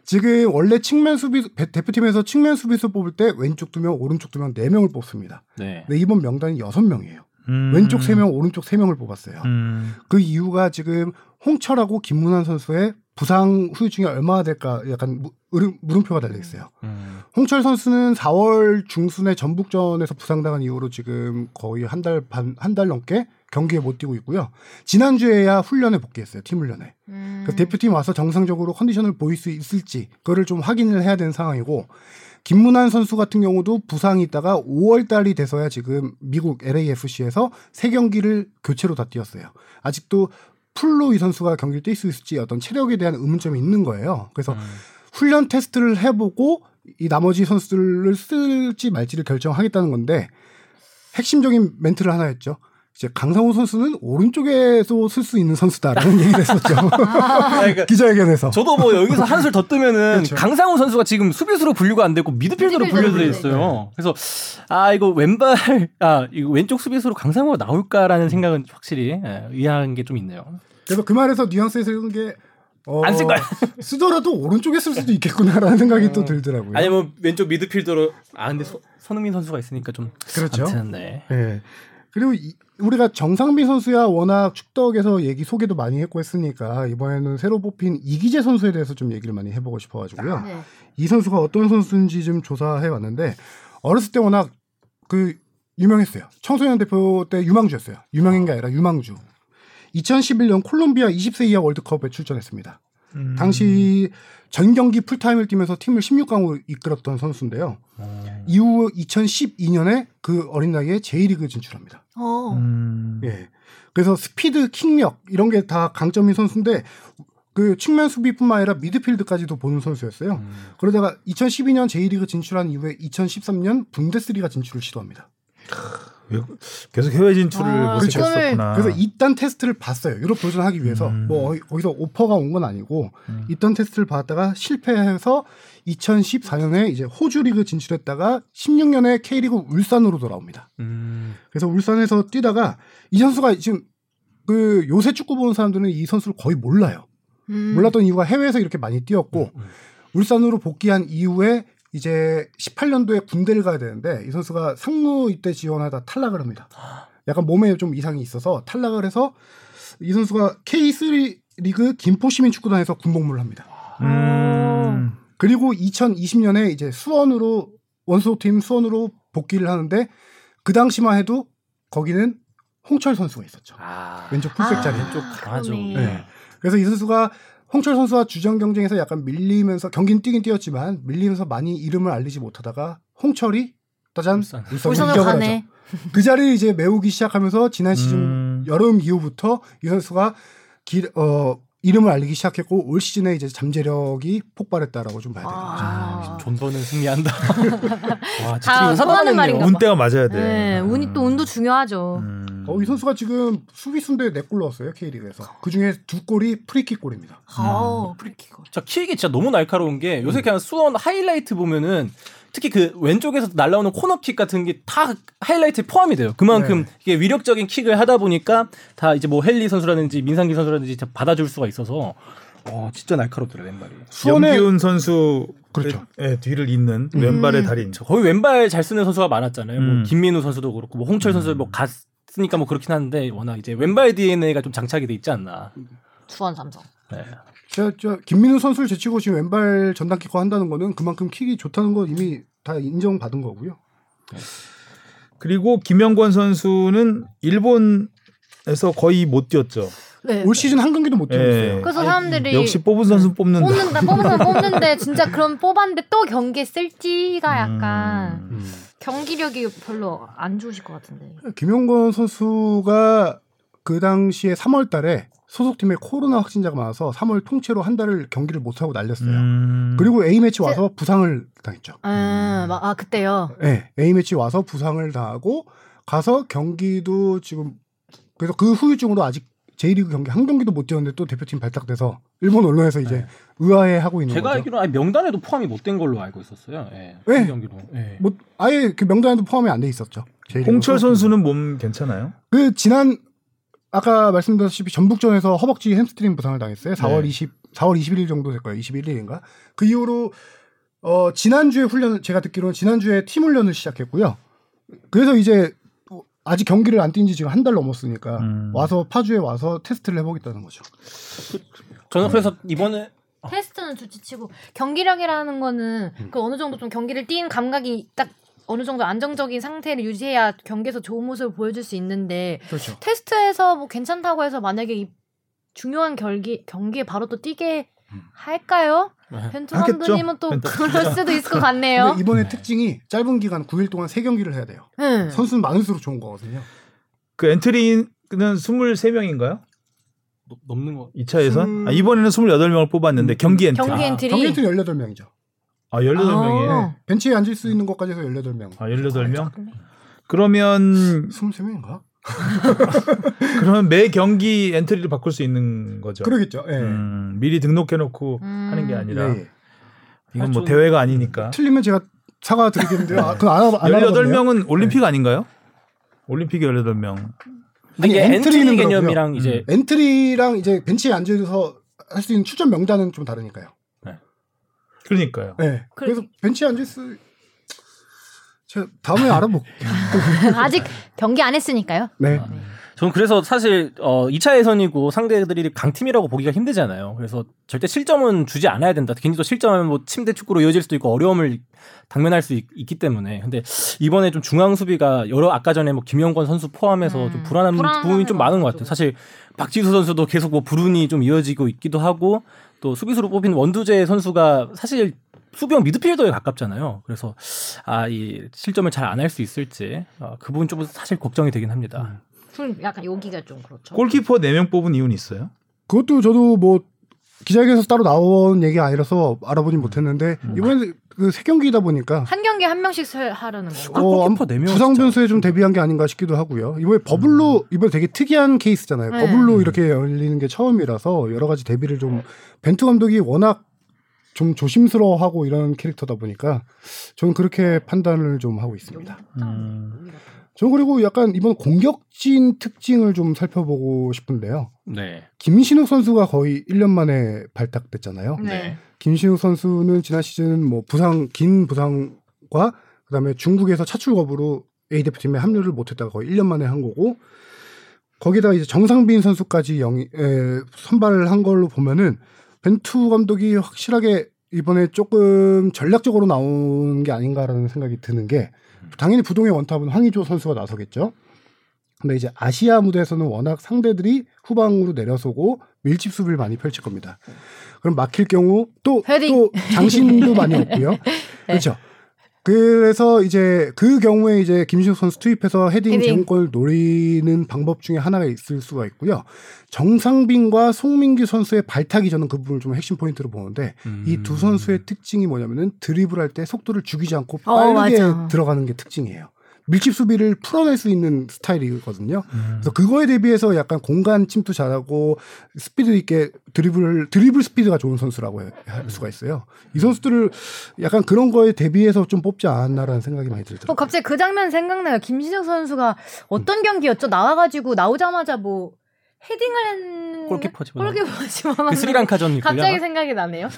D: 지금 원래 측면 수비 배- 대표팀에서 측면 수비수 뽑을 때 왼쪽 두 명, 오른쪽 두 명, 네 명을 뽑습니다.
C: 네.
D: 근데 이번 명단이 여섯 명이에요.
B: 음.
D: 왼쪽 세명 오른쪽 세명을 뽑았어요.
B: 음.
D: 그 이유가 지금 홍철하고 김문환 선수의 부상 후유증이 얼마나 될까 약간 무- 으름- 물음표가 달려 있어요.
C: 음.
D: 홍철 선수는 4월 중순에 전북전에서 부상당한 이후로 지금 거의 한 달 반, 한 달 넘게 경기에 못 뛰고 있고요. 지난주에야 훈련에 복귀했어요. 팀 훈련에.
A: 음.
D: 그 대표팀 와서 정상적으로 컨디션을 보일 수 있을지 그거를 좀 확인을 해야 되는 상황이고 김문환 선수 같은 경우도 부상이 있다가 5월 달이 돼서야 지금 미국 LAFC에서 세 경기를 교체로 다 뛰었어요. 아직도 풀로 이 선수가 경기를 뛸 수 있을지 어떤 체력에 대한 의문점이 있는 거예요.
C: 음.
D: 그래서 훈련 테스트를 해보고 이 나머지 선수들을 쓸지 말지를 결정하겠다는 건데 핵심적인 멘트를 하나 했죠. 이제 강성호 선수는 오른쪽에서 쓸 수 있는 선수다라는 얘기를 했었죠.
C: 그러니까
D: 기자회견에서.
C: 저도 뭐 여기서 한술 더 뜨면은
D: 그렇죠.
C: 강상우 선수가 지금 수비수로 분류가 안 되고 미드필더로
A: 미드필더로
C: 분류돼 있어요. 그래서 아 이거 왼발 아 이거 왼쪽 수비수로 강상우가 나올까라는 생각은 확실히 예, 의아한 게 좀 있네요.
D: 그래서 그 말에서 뉘앙스에 쓰는 게 어,
C: 안쓴 거야. 음.
D: 쓰더라도 오른쪽에 쓸 수도 있겠구나라는 생각이 또 들더라고요.
C: 아니면 뭐, 왼쪽 미드필더로 아 근데 소- 손흥민 선수가 있으니까 좀
D: 그렇죠.
C: 아무튼, 네.
D: 예. 그리고 이- 우리가 정상민 선수야 워낙 축덕에서 얘기 소개도 많이 했고 했으니까 이번에는 새로 뽑힌 이기재 선수에 대해서 좀 얘기를 많이 해보고 싶어가지고요.
A: 네.
D: 이 선수가 어떤 선수인지 좀 조사해 왔는데 어렸을 때 워낙 그 유명했어요. 청소년 대표 때 유망주였어요. 유명인 게 아니라 유망주. 2011년 콜롬비아 20세 이하 월드컵에 출전했습니다.
B: 음.
D: 당시 전 경기 풀타임을 뛰면서 팀을 16강으로 이끌었던 선수인데요.
C: 어,
D: 이후 2012년에 그 어린 나이에 J리그 진출합니다.
A: 어.
B: 음.
D: 예. 그래서 스피드, 킥력 이런 게 다 강점인 선수인데 그 측면 수비뿐만 아니라 미드필드까지도 보는 선수였어요.
C: 음.
D: 그러다가 2012년 J리그 진출한 이후에 2013년 분데스리가 진출을 시도합니다.
B: 계속 해외 진출을
A: 아,
B: 못
D: 그렇죠.
B: 했었구나.
D: 그래서 이딴 테스트를 봤어요. 유럽 도전하기 위해서
B: 음.
D: 뭐 어이- 거기서 오퍼가 온 건 아니고
B: 음.
D: 이딴 테스트를 받았다가 실패해서 2014년에 이제 호주 리그 진출했다가 16년에 K리그 울산으로 돌아옵니다.
C: 음.
D: 그래서 울산에서 뛰다가 이 선수가 지금 그 요새 축구 보는 사람들은 이 선수를 거의 몰라요.
A: 음.
D: 몰랐던 이유가 해외에서 이렇게 많이 뛰었고
C: 음.
D: 울산으로 복귀한 이후에 이제 18년도에 군대를 가야 되는데 이 선수가 상무 이때 지원하다 탈락을 합니다. 약간 몸에 좀 이상이 있어서 탈락을 해서 이 선수가 K3 리그 김포시민축구단에서 군복무를 합니다.
B: 음.
D: 그리고 2020년에 이제 수원으로 원소팀 수원으로 복귀를 하는데 그 당시만 해도 거기는 홍철 선수가 있었죠.
C: 아
D: 왼쪽 풀백
A: 아.
D: 자리.
C: 왼쪽 강하죠.
A: 그러네.
C: 네.
D: 그래서 이 선수가 홍철 선수와 주전 경쟁에서 약간 밀리면서 경기는 뛰긴 뛰었지만 밀리면서 많이 이름을 알리지 못하다가 홍철이 따잔
C: 울산.
D: 울산을
A: 울산으로
D: 이적을
A: 가네.
D: 하죠. 그 자리를 이제 메우기 시작하면서 지난 시즌
B: 음.
D: 여름 이후부터 이 선수가 길, 어, 이름을 알리기 시작했고 올 시즌에 이제 잠재력이 폭발했다라고 좀 봐야 되는 거죠.
A: 아.
C: 존버는 승리한다. 와
A: 다
C: 진짜
A: 통하는 말인가 봐.
B: 운때가 맞아야 돼.
A: 네. 운이 또 운도 중요하죠.
B: 음.
D: 어, 이 선수가 지금 수비 순대 네골 넣었어요 K리그에서. 그 중에 두 골이 프리킥 골입니다.
A: 어, 프리킥.
C: 저 킥이 진짜 너무 날카로운 게 요새 그냥 수원 하이라이트 보면은 특히 그 왼쪽에서 날라오는 코너킥 같은 게 다 하이라이트에 포함이 돼요. 그만큼 이게 위력적인 킥을 하다 보니까 다 이제 뭐 헨리 선수라든지 민상기 선수라든지 다 받아줄 수가 있어서 와 진짜 날카롭더라 왼발이.
D: 수원에
B: 염기훈 선수
D: 그렇죠. 음.
B: 의 뒤를 잇는 왼발의 달인.
C: 저 거의 왼발 잘 쓰는 선수가 많았잖아요. 뭐
B: 음.
C: 김민우 선수도 그렇고 뭐 홍철 선수
D: 음.
C: 뭐 갔으니까 뭐 그렇긴 한데 워낙 이제 왼발 DNA가 좀 장착이 돼 있지 않나.
D: 음.
A: 수원 삼성.
C: 네.
D: 저, 저 김민우 선수를 제치고 지금 왼발 전담 키커 한다는 거는 그만큼 킥이 좋다는 건 이미 다 인정받은 거고요.
B: 그리고 김영권 선수는 일본에서 거의 못 뛰었죠.
A: 네.
D: 올 시즌 한 경기도 못 뛰고
B: 예.
D: 있어요.
A: 그래서 사람들이
B: 역시 뽑은
D: 음.
B: 선수 뽑는다.
A: 뽑는다 뽑는다 뽑는데 진짜 그럼 뽑았는데 또 경기에 쓸지가 약간
B: 음.
A: 경기력이 별로 안 좋으실 것 같은데.
D: 그 김용건 선수가 그 당시에 3월 달에 소속팀에 코로나 확진자가 많아서 3월 통째로 한 달을 경기를 못 하고 날렸어요.
B: 음.
D: 그리고 A매치 와서 부상을 당했죠.
A: 아, 막- 아 그때요.
D: 예. A매치 와서 부상을 당하고 가서 경기도 지금 그래서 그 후유증으로 아직 J리그 경기 한 경기도 못 뛰었는데 또 대표팀 발탁돼서 일본 언론에서 이제
C: 네.
D: 의아해 하고 있는
C: 제가
D: 거죠.
C: 알기로 아예 명단에도 포함이 못 된 걸로 알고 있었어요. 예.
D: 네.
C: 경기로. 예.
D: 뭐 아예 그 명단에도 포함이 안 돼 있었죠. J리그
B: 홍철
D: 소속팀.
B: 선수는 몸 괜찮아요?
D: 그 지난 아까 말씀드렸다시피 전북전에서 허벅지 햄스트링 부상을 당했어요. 4월
B: 네.
D: 20 4월 21일 정도 될 거예요. 21일인가? 그 이후로 어 지난주에 훈련 제가 듣기로는 지난주에 팀 훈련을 시작했고요. 그래서 이제 아직 경기를 안 뛴 지 지금 한 달 넘었으니까
B: 음.
D: 와서 파주에 와서 테스트를 해보겠다는 거죠. 네.
C: 저는 그래서 이번에
B: 어.
A: 테스트는 둘째치고 경기력이라는 거는
B: 음.
A: 그 어느 정도 좀 경기를 뛴 감각이 딱 어느 정도 안정적인 상태를 유지해야 경기에서 좋은 모습을 보여줄 수 있는데
D: 그렇죠.
A: 테스트에서 뭐 괜찮다고 해서 만약에 이 중요한 경기 경기에 바로 또 뛰게
B: 음.
A: 할까요?
B: 아,
C: 네.
A: 벤투
B: 하겠죠.
A: 감독님은 또
B: 벤투.
A: 그럴 수도 있을 것 같네요.
D: 근데 이번에
C: 네.
D: 특징이 짧은 기간 9일 동안 세경기를 해야 돼요.
A: 응.
D: 선수는 많을수록 좋은 거거든요.
B: 그 엔트리는 23명인가요?
C: 넘- 넘는 거
B: 2차 예선?
D: 스물-
B: 아, 이번에는 28명을 뽑았는데
C: 음,
B: 경기 엔트리.
A: 경기
C: 아,
A: 엔트리.
D: 경기 엔트리 18명이죠.
B: 아, 18명이에요.
A: 아,
D: 벤치에 앉을 수 있는 것까지 해서 18명.
B: 아, 18명? 그러면
D: 23명인가?
B: 그러면 매 경기 엔트리를 바꿀 수 있는 거죠.
D: 그러겠죠. 예.
B: 음, 미리 등록해 놓고
A: 음.
B: 하는 게 아니라
D: 예, 예.
B: 이건 뭐
C: 아, 좀-
B: 대회가 네. 아니니까.
D: 틀리면 제가 사과드리겠는데요. 아, 그건 알아, 안
B: 18명은 올림픽 아닌가요? 올림픽이 18명.
C: 근데 이게
D: 아니,
C: 엔트리
D: 엔트리는 음.
C: 개념이랑 이제
D: 엔트리랑 이제 벤치에 앉아서 할 수 있는 추천 명단은 좀 다르니까요.
B: 그러니까요.
D: 네. 그래서 벤치에 앉을 수 제가 다음에 알아볼게요.
A: 아직 경기 안 했으니까요.
D: 네.
C: 저는 그래서 사실 어 2차 예선이고 상대들이 강팀이라고 보기가 힘들잖아요. 그래서 절대 실점은 주지 않아야 된다. 괜히 또 실점하면 뭐 침대 축구로 이어질 수도 있고 어려움을 당면할 수 있, 기 때문에. 근데 이번에 좀 중앙 수비가 여러 아까 전에 뭐 김영권 선수 포함해서
A: 음,
C: 좀 불안한
A: 불안한
C: 부분이 좀
A: 면이
C: 많은 것
A: 많죠.
C: 같아요. 사실 박지수 선수도 계속 뭐 불운이 좀 이어지고 있기도 하고 또 수비수로 뽑힌 원두재 선수가 사실 수비형 미드필더에 가깝잖아요. 그래서 아 이 실점을 잘 안 할 수 있을지 아, 그 부분 좀 사실 걱정이 되긴 합니다.
A: 그럼 음, 약간 여기가 좀 그렇죠.
B: 음. 골키퍼 4명 뽑은 이유는 있어요?
D: 그것도 저도 뭐 기자회견에서 따로 나온 얘기가 아니라서 알아보진 못했는데 이번에 그세 경기이다 보니까
A: 한 경기 한 명씩 설- 하려는 건가?
C: 골키퍼
D: 어, 아마
C: 네 명이었죠. 음.
D: 부상 변수에 좀 대비한 게 아닌가 싶기도 하고요. 이번에 버블로 이번에 되게 특이한 케이스잖아요.
A: 네.
D: 버블로 이렇게 열리는 게 처음이라서 여러 가지 대비를 좀 벤투 감독이 워낙 좀 조심스러워하고 이런 캐릭터다 보니까 저는 그렇게 판단을 좀 하고 있습니다.
B: 음.
D: 저는 그리고 약간 이번 공격진 특징을 좀 살펴보고 싶은데요.
C: 네.
D: 김신욱 선수가 거의 1년 만에 발탁됐잖아요.
C: 음.
A: 네.
D: 김신욱 선수는 지난 시즌 뭐 부상 긴 부상과 그다음에 중국에서 차출 거부로 A 대표팀에 합류를 못했다가 거의 1년 만에 한 거고 거기다가 이제 정상빈 선수까지 영 에, 선발을 한 걸로 보면은 벤투 감독이 확실하게 이번에 조금 전략적으로 나온 게 아닌가라는 생각이 드는 게 당연히 부동의 원탑은 황의조 선수가 나서겠죠. 근데 이제 아시아 무대에서는 워낙 상대들이 후방으로 내려서고 밀집 수비를 많이 펼칠 겁니다. 그럼 막힐 경우 또,
A: 헤딩. 네.
D: 또 장신도 많이 없고요. 그렇죠. 그래서 이제 그 경우에 이제 김신욱 선수 투입해서 헤딩,
A: 헤딩.
D: 제공권을 노리는 방법 중에 하나가 있을 수가 있고요. 정상빈과 송민규 선수의 발탁이 저는 그 부분을 좀 핵심 포인트로 보는데 이 두 선수의 특징이 뭐냐면은 드리블할 때 속도를 죽이지 않고
A: 어,
D: 빠르게
A: 맞아.
D: 들어가는 게 특징이에요. 밀집 수비를 풀어낼 수 있는 스타일이거든요. 그래서 그거에 대비해서 약간 공간 침투 잘하고 스피드 있게 드리블 드리블 스피드가 좋은 선수라고 해- 할 수가 있어요. 이 선수들을 약간 그런 거에 대비해서 좀 뽑지 않았나라는 생각이 많이
A: 어,
D: 들더라고요.
A: 갑자기 그 장면 생각나요. 김신영 선수가 어떤 경기였죠? 나와가지고 나오자마자 뭐 헤딩을 했는
C: 골키퍼지만
A: 골키퍼지만
C: 그 아, 스리랑카전
A: 갑자기 생각이 나네요.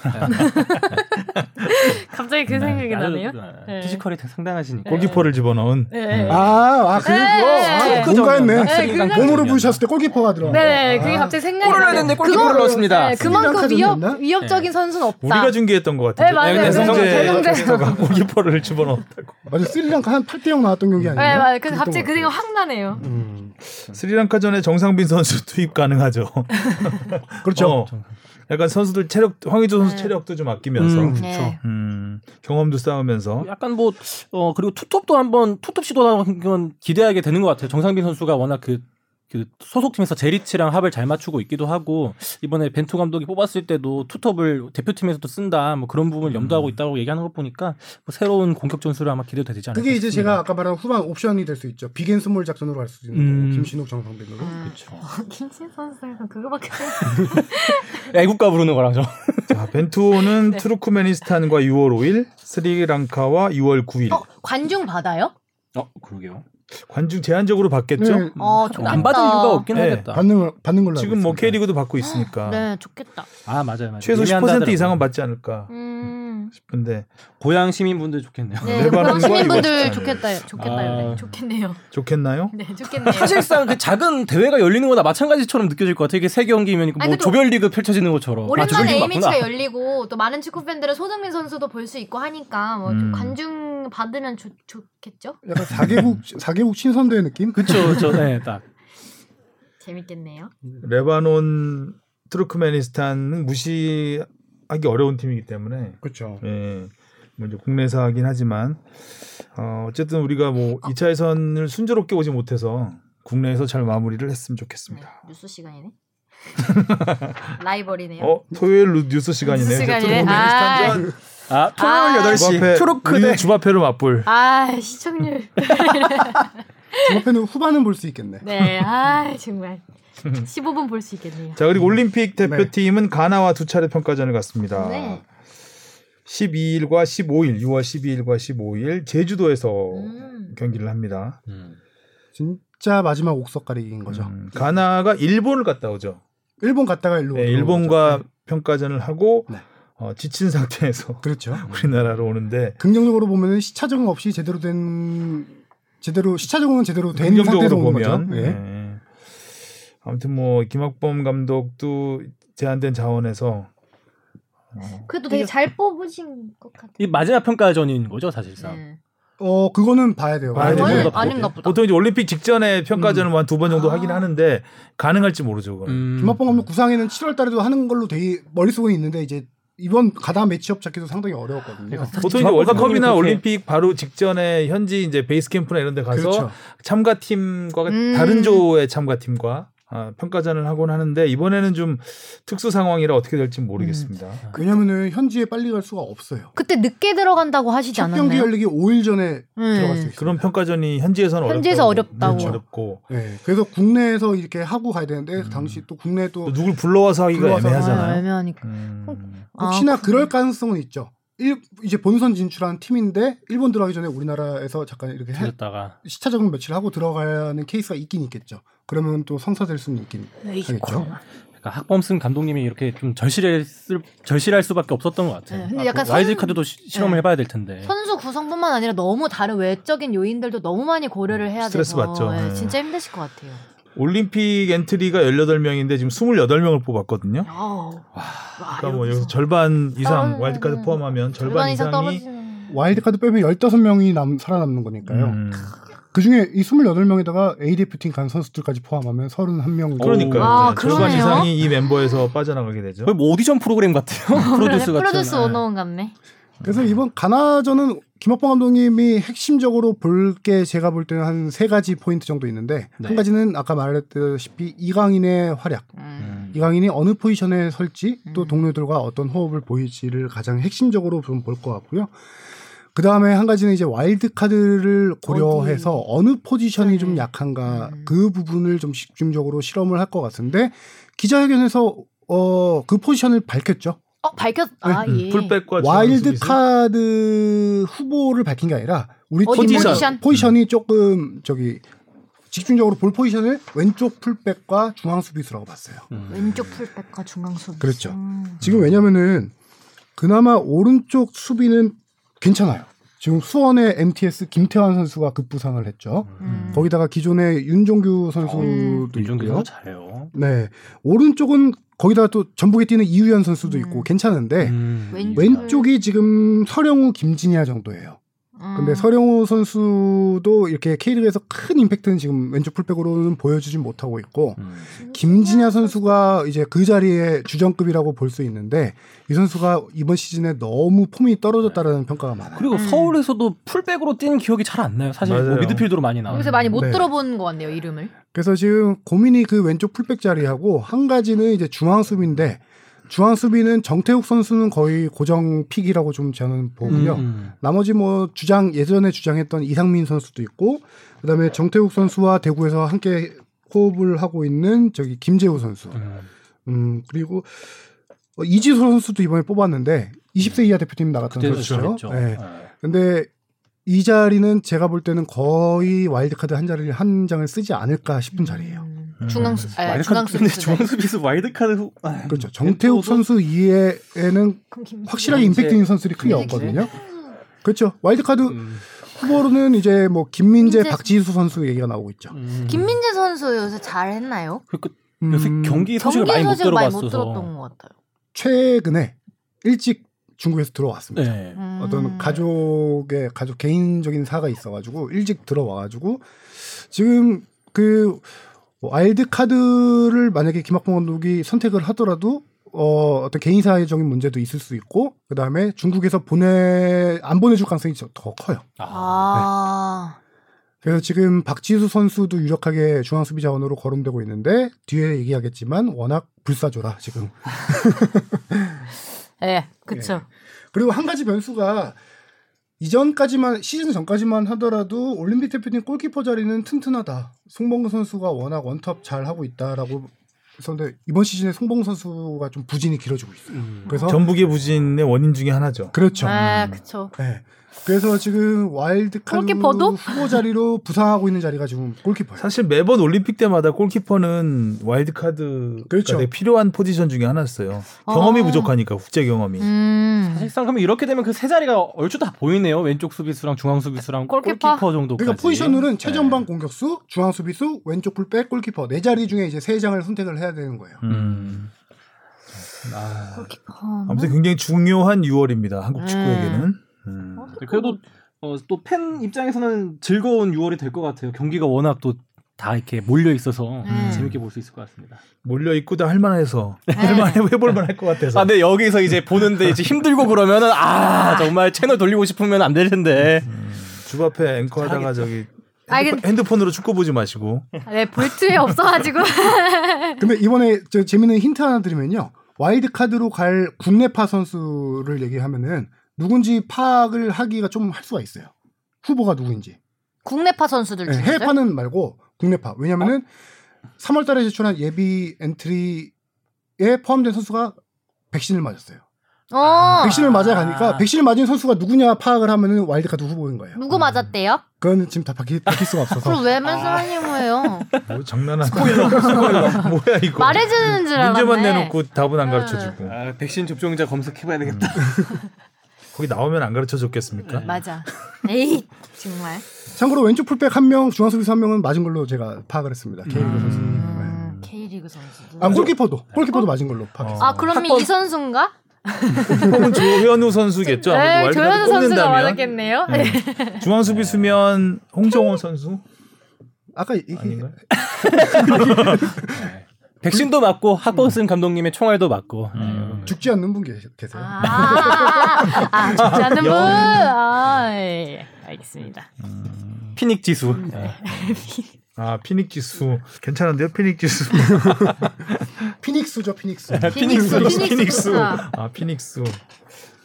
A: 갑자기 그 생각이 나네요. 네.
C: 피지컬이 상당하시니까.
B: 골키퍼를 집어넣은
A: 네, 네.
C: 아,
D: 아, 아, 그거
A: 네.
D: 아, 뭔가 했네.
A: 네, 그
D: 몸으로 부르셨을 때 골키퍼가 아, 들어.
A: 네, 그게 갑자기 생각이
C: 아. 골을
A: 나네요.
C: 넣었는데 골키퍼를
A: 그거-
C: 넣었습니다.
A: 네, 그만큼
D: 스리랑카전
A: 위협
D: 맞나?
A: 위협적인 선수는 없다.
B: 우리가 중계했던 것
A: 네,
B: 같은데.
A: 맞아요.
C: 네, 배성재
A: 배성재
B: 선수가 골키퍼를 집어넣었다고.
D: 맞아, 스리랑카 한 8대 0 나왔던 경기 아니에요?
A: 네, 맞아요. 그래서 갑자기 그 생각 확 나네요.
C: 음,
B: 스리랑카전에 정상빈 선수 투입 가능하죠.
D: 그렇죠.
B: 어, 약간 선수들 체력 황의조 선수
A: 네.
B: 체력도 좀 아끼면서 음.
D: 음.
A: 네.
B: 경험도 쌓으면서
C: 약간 뭐, 어, 그리고 투톱도 한번, 투톱 시도하는 건 기대하게 되는 것 같아요. 정상빈 선수가 워낙 그, 그 소속팀에서 제리치랑 합을 잘 맞추고 있기도 하고, 이번에 벤투 감독이 뽑았을 때도 투톱을 대표팀에서도 쓴다, 뭐 그런 부분을 염두하고 있다고 얘기하는 것 보니까, 뭐 새로운 공격 전술을 아마 기대도 되지 않을까.
D: 그게 이제
C: 싶습니다.
D: 제가 아까 말한 후반 옵션이 될 수 있죠. 비겐 스몰 작전으로 갈 수 있는
C: 음.
D: 거고, 김신욱 정상빈으로.
C: 그쵸.
A: 음, 김신 선수는 그거밖에
C: 아, 애국가 부르는 거랑 좀.
B: 자,
A: 네.
B: 벤투호는 투르크메니스탄과 6월 5일, 스리랑카와 6월 9일
A: 어, 관중 받아요?
C: 어, 그러게요.
B: 관중 제한적으로 받겠죠.
D: 네,
A: 어,
C: 안 받은 이유가 없긴
B: 네.
C: 하겠다.
D: 받는 받는 걸로
B: 지금 뭐
D: 알고 있습니다.
B: K리그도 받고 있으니까
A: 네, 좋겠다.
C: 아 맞아요 맞아요
B: 최소 10%
C: 예매한다 하더라고요.
B: 이상은 받지 않을까.
A: 음.
B: 싶은데
C: 고향 시민분들 좋겠네요.
A: 네,
B: 내반응과
A: 포항 시민분들
B: 아, 이거
A: 좋겠다, 좋겠다요.
C: 아.
A: 네. 좋겠네요.
B: 좋겠나요?
A: 네, 좋겠네요.
B: 어,
C: 사실상 그 작은 대회가 열리는 거나 마찬가지처럼 느껴질 것 같아요. 이게 세 경기면
A: 아니,
C: 뭐
A: 근데
C: 조별리그 펼쳐지는 것처럼. 아,
A: 오랜만에
C: 조별리그
A: A매치가
C: 맞구나.
A: 열리고 또 많은 축구 팬들은 소정민 선수도 볼 수 있고 하니까 뭐좀
B: 음.
A: 관중 받으면 좋, 좋겠죠?
D: 약간 4개국 4개국 친선대 느낌?
C: 그쵸, 저, 네, 딱.
A: 재밌겠네요.
B: 레바논, 투르크메니스탄은 무시하기 어려운 팀이기 때문에
D: 그렇죠.
B: 예. 뭐 이제 국내사긴 하지만 어, 어쨌든 우리가 뭐 2차 예선을 순조롭게 오지 못해서 국내에서 잘 마무리를 했으면
A: 네,
B: 좋겠습니다.
A: 뉴스 시간이네. 라이벌이네요.
B: 어 토요일 뉴- 뉴스 시간이네요.
A: 뉴스
B: 이제
A: 시간이네.
B: 투르크메니스탄전
C: 아, 토요일
A: 아.
C: 8시.
B: 주바페
C: 투르크
B: 우리
C: 대
B: 주바페를 맞불.
A: 아 시청률.
D: 중앞에는 후반은 볼 수 있겠네.
A: 네, 아 정말 15분 볼 수 있겠네요.
B: 자 그리고 올림픽 대표팀은 가나와 두 차례 평가전을 갔습니다.
A: 네.
B: 12일과 15일, 6월 12일과 15일 제주도에서
A: 음.
B: 경기를 합니다.
D: 진짜 마지막 옥석 가리기인 거죠.
B: 음, 가나가 일본을 갔다 오죠.
D: 일본 갔다가 일로
B: 네,
D: 들어오는
B: 일본과
D: 거죠.
B: 평가전을 하고
D: 네.
B: 어, 지친 상태에서
D: 네, 그렇죠.
B: 우리나라로 오는데
D: 긍정적으로 보면 시차 적응 없이 제대로 된 제대로 시차 적응은 제대로 된 상태에서
B: 긍정적으로
D: 오는
B: 보면
D: 거죠. 예.
B: 예. 아무튼 뭐 김학범 감독도 제한된 자원에서 어,
A: 그래도 되게 잘 뽑으신 것 같아요.
C: 이 마지막 평가전인 거죠, 사실상.
A: 네.
D: 어 그거는 봐야 돼요.
B: 봐야
D: 그거는
B: 되는
A: 아니,
B: 거 보고.
A: 아닌가 보다.
B: 보통 이제 올림픽 직전에
D: 음.
B: 평가전을 한 두 번 정도 하긴
A: 아.
B: 하는데 가능할지 모르죠. 그건.
C: 음.
D: 김학봉 감독 구상에는 7월 달에도 하는 걸로 되게 머릿속에 있는데 이제 이번 가다 매치업 잡기도 상당히
B: 네,
D: 어려웠거든요.
C: 그러니까
B: 보통 이제
C: 김학범
B: 월드컵이나
C: 감독이 그렇게
B: 올림픽 바로 직전에 현지 이제 베이스 캠프나 이런 데 가서
D: 그렇죠.
B: 참가 팀과
A: 음.
B: 다른 조의 참가 팀과 아, 평가전을 하곤 하는데 이번에는 좀 특수 상황이라 어떻게 될지 모르겠습니다.
D: 왜냐면은 현지에 빨리 갈 수가 없어요.
A: 그때 늦게 들어간다고 하시지
D: 첫 경기
A: 않았나요?
D: 열리기 5일 전에
A: 음.
D: 들어갈 수 있어요.
B: 그런 평가전이 현지에서는
A: 현지에서
B: 어렵다고,
A: 어렵다고.
B: 어렵고
D: 네, 그래서 국내에서 이렇게 하고 가야 되는데
B: 음.
D: 당시 또 국내 또
B: 또 누굴 불러와서 하기가
D: 불러와서
A: 아,
B: 애매하잖아요.
A: 애매하니까.
B: 음.
D: 혹시나
A: 아,
D: 그럴 가능성은 있죠. 일, 이제 본선 진출한 팀인데 일본 들어가기 전에 우리나라에서 잠깐 이렇게
B: 그렇죠.
D: 해-
C: 들었다가
D: 시차 적응 며칠 하고 들어가는 케이스가 있긴 있겠죠. 그러면 또 성사될 수는 있긴
B: 그렇죠.
D: 하겠죠.
C: 그러니까 학범승 감독님이 이렇게 좀 절실할, 수, 절실할 수밖에 없었던 것
A: 네,
C: 같아요. 그
A: 근데 약간
C: 와이즈
A: 선-
C: 카드도 시- 실험을
A: 네.
C: 해봐야 될 텐데.
A: 선수 구성뿐만 아니라 너무 다른 외적인 요인들도 너무 많이 고려를 해야
B: 스트레스
A: 돼서
B: 받죠.
A: 예,
B: 네.
A: 진짜 힘드실 것 같아요.
B: 올림픽 엔트리가 18명인데 지금 28명을 뽑았거든요.
A: 와, 아,
B: 그러니까 뭐 여기서 절반 이상
A: 떨어지는-
B: 와일드카드 포함하면 절반,
A: 절반 이상
B: 이상이
A: 떨어지는.
D: 와일드카드 빼면 15명이 남, 살아남는 거니까요.
B: 음.
D: 그중에 이 28명에다가 ADF팀 간 선수들까지 포함하면 31명.
B: 그러니까요.
A: 아,
B: 네, 절반
A: 그러네요.
B: 이상이 이 멤버에서 빠져나가게 되죠.
C: 거의 뭐 오디션 프로그램 같아요. 프로듀스 같은.
A: 네, 프로듀스 원어원 같네.
D: 그래서 이번 가나전은 김학범 감독님이 핵심적으로 볼 게 제가 볼 때는 한 세 가지 포인트 정도 있는데
C: 네.
D: 한 가지는 아까 말했다시피 이강인의 활약.
A: 음.
D: 이강인이 어느 포지션에 설지 또
A: 음.
D: 동료들과 어떤 호흡을 보일지를 가장 핵심적으로 좀 볼 것 같고요. 그 다음에 한 가지는 이제 와일드 카드를 고려해서
A: 어디?
D: 어느 포지션이 좀
A: 네.
D: 약한가
A: 음.
D: 그 부분을 좀 집중적으로 실험을 할 것 같은데 기자회견에서 어, 그 포지션을 밝혔죠.
A: 어 밝혔. 아 예.
B: 음, 풀백과
D: 와일드 카드 후보를 밝힌 게 아니라 우리
A: 어디
D: 팀
A: 포지션?
D: 포지션이 조금 저기 집중적으로 볼 포지션을 왼쪽 풀백과 중앙 수비수라고 봤어요.
C: 음.
A: 왼쪽 풀백과 중앙 수비.
D: 그렇죠.
A: 음.
D: 지금 왜냐면은 그나마 오른쪽 수비는 괜찮아요. 지금 수원의 MTS 김태환 선수가 급부상을 했죠.
A: 음.
D: 거기다가 기존의 윤종규
A: 음.
D: 선수도 있고요.
C: 윤종규가 잘해요.
D: 네. 오른쪽은 거기다 또 전북에 뛰는 이우현 선수도
A: 음.
D: 있고
B: 네.
D: 괜찮은데
A: 왼-
D: 왼쪽이 지금 서령우 김진야 정도예요.
A: 음.
D: 근데 서령우 선수도 이렇게 K리그에서 큰 임팩트는 지금 왼쪽 풀백으로는 보여주진 못하고 있고
C: 음.
D: 김진야 선수가 이제 그 자리에 주전급이라고 볼 수 있는데 이 선수가 이번 시즌에 너무 폼이 떨어졌다라는 평가가 많아요.
C: 그리고
A: 음.
C: 서울에서도 풀백으로 뛴 기억이 잘 안 나요. 사실 뭐
B: 맞아요.
C: 미드필더로 많이 나와요.
A: 여기서 많이 못
D: 네.
A: 들어본 것 같네요 이름을.
D: 그래서 지금 고민이 그 왼쪽 풀백 자리하고 한 가지는 이제 중앙 수비인데 중앙 수비는 정태욱 선수는 거의 고정 픽이라고 좀 저는 보고요.
C: 음.
D: 나머지 뭐 주장 예전에 주장했던 이상민 선수도 있고 그다음에 정태욱 선수와 대구에서 함께 호흡을 하고 있는 저기 김재우 선수.
C: 음.
D: 음 그리고 어, 이지수 선수도 이번에 뽑았는데 20세 이하 대표팀 나갔던
C: 그때도
D: 선수죠.
C: 잘했죠.
D: 네. 근데 이 자리는 제가 볼 때는 거의 와일드카드 한 자리를 한 장을 쓰지 않을까 싶은 자리예요.
A: 음. 중앙 수, 아, 중앙 수비수.
C: 중앙수비수 와일드카드 후. 아,
D: 그렇죠. 정태욱 선수 이외에는 확실하게
C: 김민재.
D: 임팩트 있는 선수들이 크게
A: 네,
C: 김민재.
D: 없거든요. 그렇죠. 와일드카드
C: 음.
D: 후보로는 이제 뭐 김민재, 음.
A: 김민재.
D: 박지수 선수 얘기가 나오고 있죠.
A: 김민재 선수 요새 잘했나요?
C: 음. 그러니까 요새
D: 음,
C: 경기 소식을
A: 경기
C: 많이 못
A: 소식 많이 못
C: 들어봤어서.
A: 들었던 것 같아요.
D: 최근에 일찍 중국에서 들어왔습니다.
C: 네.
A: 음.
D: 어떤 가족의 가족 개인적인 사가 있어가지고 일찍 들어와가지고 지금 그 와일드 카드를 만약에 김학봉 감독이 선택을 하더라도 어 어떤 개인 사회적인 문제도 있을 수 있고 그 다음에 중국에서 보내 안 보내줄 가능성이 저- 더 커요.
A: 아.
D: 그래서 지금 박지수 선수도 유력하게 중앙 수비 자원으로 거론되고 있는데 뒤에 얘기하겠지만 워낙 불사조라 지금
A: 예, 그쵸.
D: 그리고 한 가지 변수가 이전까지만 시즌 전까지만 하더라도 올림픽 대표팀 골키퍼 자리는 튼튼하다. 송봉근 선수가 워낙 원톱 잘 하고 있다라고 그런데 이번 시즌에 송봉근 선수가 좀 부진이 길어지고 있어요.
C: 음.
D: 그래서
B: 전북의 부진의 원인 중에 하나죠.
D: 그렇죠.
A: 아, 그쵸.
D: 네. 그래서 지금 와일드카드
A: 골키퍼도?
D: 후보 자리로 부상하고 있는 자리가 지금 골키퍼예요.
B: 사실 매번 올림픽 때마다 골키퍼는 와일드 카드가
D: 그렇죠.
B: 되게 필요한 포지션 중에 하나였어요. 경험이
A: 아.
B: 부족하니까 국제 경험이.
A: 음.
C: 사실상 그러면 이렇게 되면 그 세 자리가 얼추 다 보이네요. 왼쪽 수비수랑 중앙 수비수랑
A: 골키퍼.
C: 골키퍼, 정도까지.
D: 그러니까 포지션으로는 최전방
C: 네.
D: 공격수, 중앙 수비수, 왼쪽 풀백, 골키퍼 네 자리 중에 이제 세 장을 선택을 해야 되는 거예요.
B: 음.
A: 골키퍼.
B: 아무튼 굉장히 중요한 6월입니다. 한국
A: 네.
B: 축구에게는. 음.
C: 그래도 어, 또 팬 입장에서는 즐거운 6월이 될 것 같아요. 경기가 워낙 또 다 이렇게 몰려 있어서
A: 음.
C: 재밌게 볼 수 있을 것 같습니다.
B: 몰려 있고 다 할만해서
A: 네.
B: 할만해 해볼만 할 것 같아서.
C: 아, 근데 여기서 이제 보는데 이제 힘들고 그러면은 아 정말 채널 돌리고 싶으면 안 될 텐데.
B: 주 앞에 앵커하다가 저기
A: 아,
B: 핸드폰,
A: 근데-
B: 핸드폰으로 축구 보지 마시고.
A: 네, 볼 틈이 없어가지고. 네.
D: 근데 이번에 저 재밌는 힌트 하나 드리면요. 와일드 카드로 갈 국내파 선수를 얘기하면은 누군지 파악을 하기가 좀 할 수가 있어요. 후보가 누구인지.
A: 국내파 선수들
D: 네,
A: 중에. 어?
D: 해외파는 말고 국내파. 왜냐면은 3월 달에 제출한 예비 엔트리에 포함된 선수가 백신을 맞았어요.
A: 어.
D: 백신을 맞아 그 가니까 백신을 맞은 선수가 누구냐 파악을 하면은 와일드 카드 후보인 거예요.
A: 누구 맞았대요?
D: 그건 지금 다 바뀔, 바뀔 수가 없어서.
A: 음. 그럼 왜 말씀하시는 거예요?
B: 뭐 장난하는 스포일러. 스포일러. 뭐야 이거.
A: 말해주는 줄 알았네. 네.
B: 문제만 내놓고 답은 안 가르쳐 주고.
C: 아, 백신 접종자 검색해봐야 되겠다.
B: 거기 나오면 안 가르쳐 줬겠습니까?
A: 맞아. 에이, 정말.
D: 참고로 왼쪽 풀백 한 명, 중앙 수비수 한 명은 맞은 걸로 제가 파악을 했습니다. K리그 선수.
A: 음, K리그 선수들.
D: 아 골키퍼도
A: 네.
D: 골키퍼도 맞은 걸로 파악했어요.
A: 아, 그러면 이 선수인가?
B: 그러면 조현우 선수겠죠. 아무래도
A: 네,
B: 와일드카드
A: 조현우 선수가
B: 뽑는다면.
A: 맞았겠네요. 네.
B: 중앙 수비수면 홍정호 선수
D: 아까 이- 이-
B: 아닌가요?
C: 백신도 맞고 학버슨 감독님의 총알도 맞고. 네.
D: 죽지 않는 분 계세- 계세요.
A: 아, 아, 좋지 않은 분. 아, 예. 알겠습니다.
C: 피닉 지수. 네.
B: 아 피닉지수 괜찮은데요 피닉지수
D: 피닉스죠, 피닉스.
C: 네.
A: 피닉스, 피닉스. 좋다.
B: 아 피닉스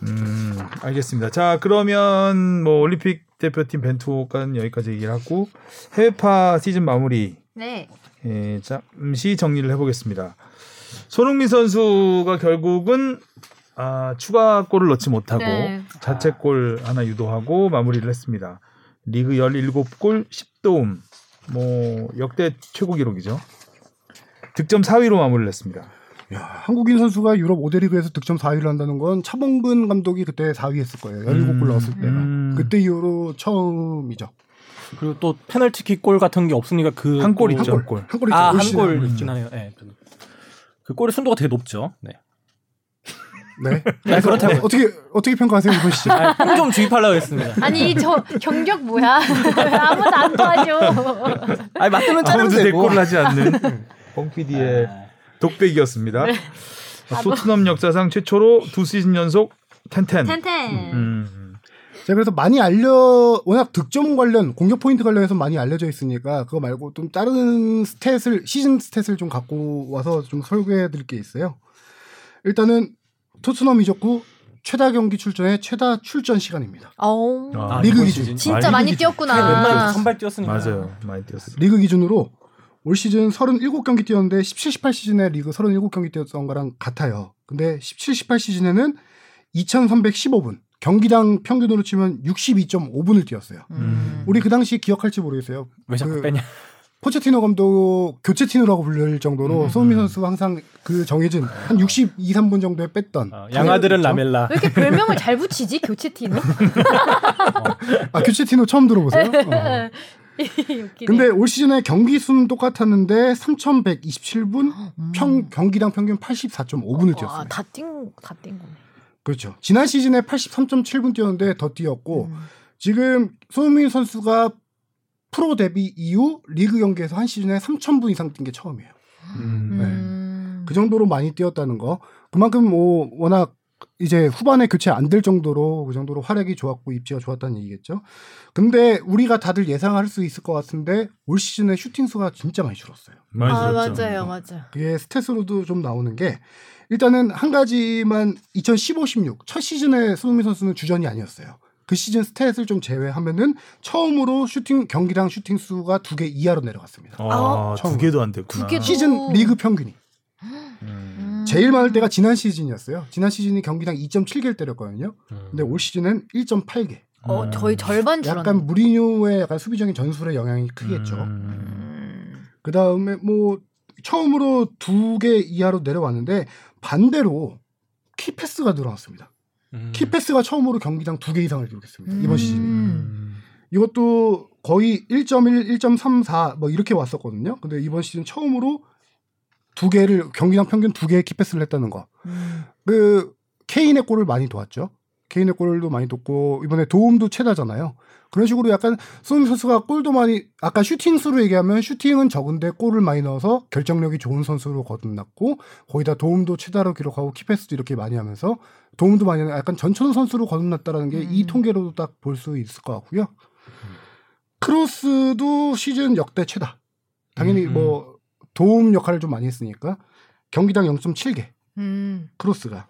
B: 음 알겠습니다 자 그러면 뭐 올림픽 대표팀 벤투호까지는 여기까지 얘기를 하고 해외파 시즌 마무리
A: 네.
B: 예, 잠시 정리를 해보겠습니다 손흥민 선수가 결국은 아, 추가 골을 넣지 못하고
A: 네.
B: 자책골 하나 유도하고 마무리를 했습니다. 리그 17골 10도움. 뭐 역대 최고 기록이죠. 득점 4위로 마무리를 했습니다.
D: 야, 한국인 선수가 유럽 5대 리그에서 득점 4위를 한다는 건 차범근 감독이 그때 4위 했을 거예요. 17골
B: 음.
D: 넣었을 때가.
B: 음.
D: 그때 이후로 처음이죠.
C: 그리고 또 페널티킥 골 같은 게 없으니까 그
B: 한 골
C: 또-
B: 있죠.
D: 골.
B: 한 골.
D: 한 골이
C: 아,
D: 올
C: 한
D: 시즌
C: 골
D: 골.
C: 있긴 하네요. 네. 그 골의 순도가 되게 높죠. 네.
D: 네.
C: 네,
D: 어,
C: 그렇다고.
D: 어떻게 어떻게 평가하세요 이번 시즌?
C: 아, 좀 주입하려고 했습니다.
A: 아니, 저 경력 뭐야? 아무도 안 도와줘.
C: 아니, 맞으면 짜면
B: 아무도
C: 되고.
B: 대골을 하지 않는
C: 예.
B: 뻥피디의 독백이었습니다.
E: 네. 뭐.
B: 아, 토트넘 역사상 최초로 두 시즌 연속 텐텐.
A: 텐텐.
B: 음.
D: 제가 그래서 많이 알려 워낙 득점 관련 공격 포인트 관련해서 많이 알려져 있으니까 그거 말고 좀 다른 스탯을 시즌 스탯을 좀 갖고 와서 좀 설교해 드릴 게 있어요. 일단은 토트넘 이적 후 최다 경기 출전의 최다 출전 시간입니다.
A: 어우.
B: 아,
D: 리그
C: 이번
D: 기준.
C: 시즌.
A: 진짜
B: 많이
A: 많이
B: 뛰지.
A: 뛰었구나. 음.
C: 웬만해서 선발 뛰었으니까.
B: 맞아요. 많이 뛰었어요.
D: 리그 기준으로 올 시즌 37경기 뛰었는데 17, 18 시즌에 리그 37경기 뛰었던 거랑 같아요. 근데 17, 18 시즌에는 2,315분 경기당 평균으로 치면 62.5분을 뛰었어요.
A: 음.
D: 우리 그 당시 기억할지 모르겠어요.
C: 왜 자꾸
D: 그-
C: 빼냐.
D: 포체티노 감독 교체 팀이라고 불릴 정도로 손흥민 선수 항상 그 정해진 한 62, 3분 정도에 뺐던
C: 어, 양아들은 라멜라.
E: 왜 이렇게 별명을 잘 붙이지 교체 팀이?
D: 어. 아 교체 팀노 처음 들어보세요? 어.
E: 웃기네.
D: 근데 올 시즌에 경기 수는 똑같았는데 3,127분
A: 음.
D: 평 경기당 평균
A: 아,
D: 84.5분을
E: 와,
D: 뛰었어요.
E: 다뛴다뛴 거네.
D: 그렇죠. 지난 시즌에 83.7분 뛰었는데 더 뛰었고
E: 음.
D: 지금 손흥민 선수가 프로 데뷔 이후 리그 경기에서 한 시즌에 3,000분 이상 뛴 게 처음이에요. 네.
B: 음.
E: 음.
D: 그 정도로 많이 뛰었다는 거. 그만큼 뭐 워낙 이제 후반에 교체 안 될 정도로 그 정도로 활약이 좋았고 입지가 좋았다는 얘기겠죠. 근데 우리가 다들 예상할 수 있을 것 같은데 올 시즌에 슈팅 수가 진짜 많이 줄었어요.
B: 많이
E: 아
B: 들었죠.
E: 맞아요, 맞아요.
D: 그게 스탯으로도 좀 나오는 게 일단은 한 가지만 2015, 16 첫 시즌에 손흥민 선수는 주전이 아니었어요. 그 시즌 스탯을 좀 제외하면은 처음으로 슈팅 경기당 슈팅 수가 두 개 이하로 내려갔습니다.
B: 아, 두
D: 처음.
B: 개도 안 됐구나.
E: 어? 두 개도-
D: 시즌 리그 평균이
B: 음.
E: 음.
D: 제일 많을 때가 지난 시즌이었어요. 지난 시즌이 경기당 2.7개를 때렸거든요.
C: 네,
D: 근데 올 시즌은 1.8개.
E: 어,
C: 음.
E: 거의 절반 줄었네.
D: 음. 약간 뭐- 무리뉴의 약간 수비적인 전술의 영향이 크겠죠.
B: 음.
E: 음.
D: 그 다음에 뭐 처음으로 두 개 이하로 내려왔는데 반대로 키패스가 늘어났습니다.
C: 음.
D: 키패스가 처음으로 경기당 두 개 이상을 기록했습니다.
E: 음.
D: 이번 시즌. 이것도 거의 1.1, 1.34 뭐 이렇게 왔었거든요. 근데 이번 시즌 처음으로 두 개를 경기당 평균 두 개의 키패스를 했다는 거.
E: 음.
D: 그 케인의 골을 많이 도왔죠. 케인의 골도 많이 돕고 이번에 도움도 최다잖아요. 그런 식으로 약간 손흥민 선수가 골도 많이 아까 슈팅 수로 얘기하면 슈팅은 적은데 골을 많이 넣어서 결정력이 좋은 선수로 거듭났고 거의 다 도움도 최다로 기록하고 키패스도 이렇게 많이 하면서 도움도 많이 하는 약간 전천 선수로 거듭났다라는 게 이
E: 음.
D: 통계로도 딱 볼 수 있을 것 같고요. 크로스도 시즌 역대 최다. 당연히
C: 음.
D: 뭐 도움 역할을 좀 많이 했으니까 경기당 0.7개.
E: 음.
D: 크로스가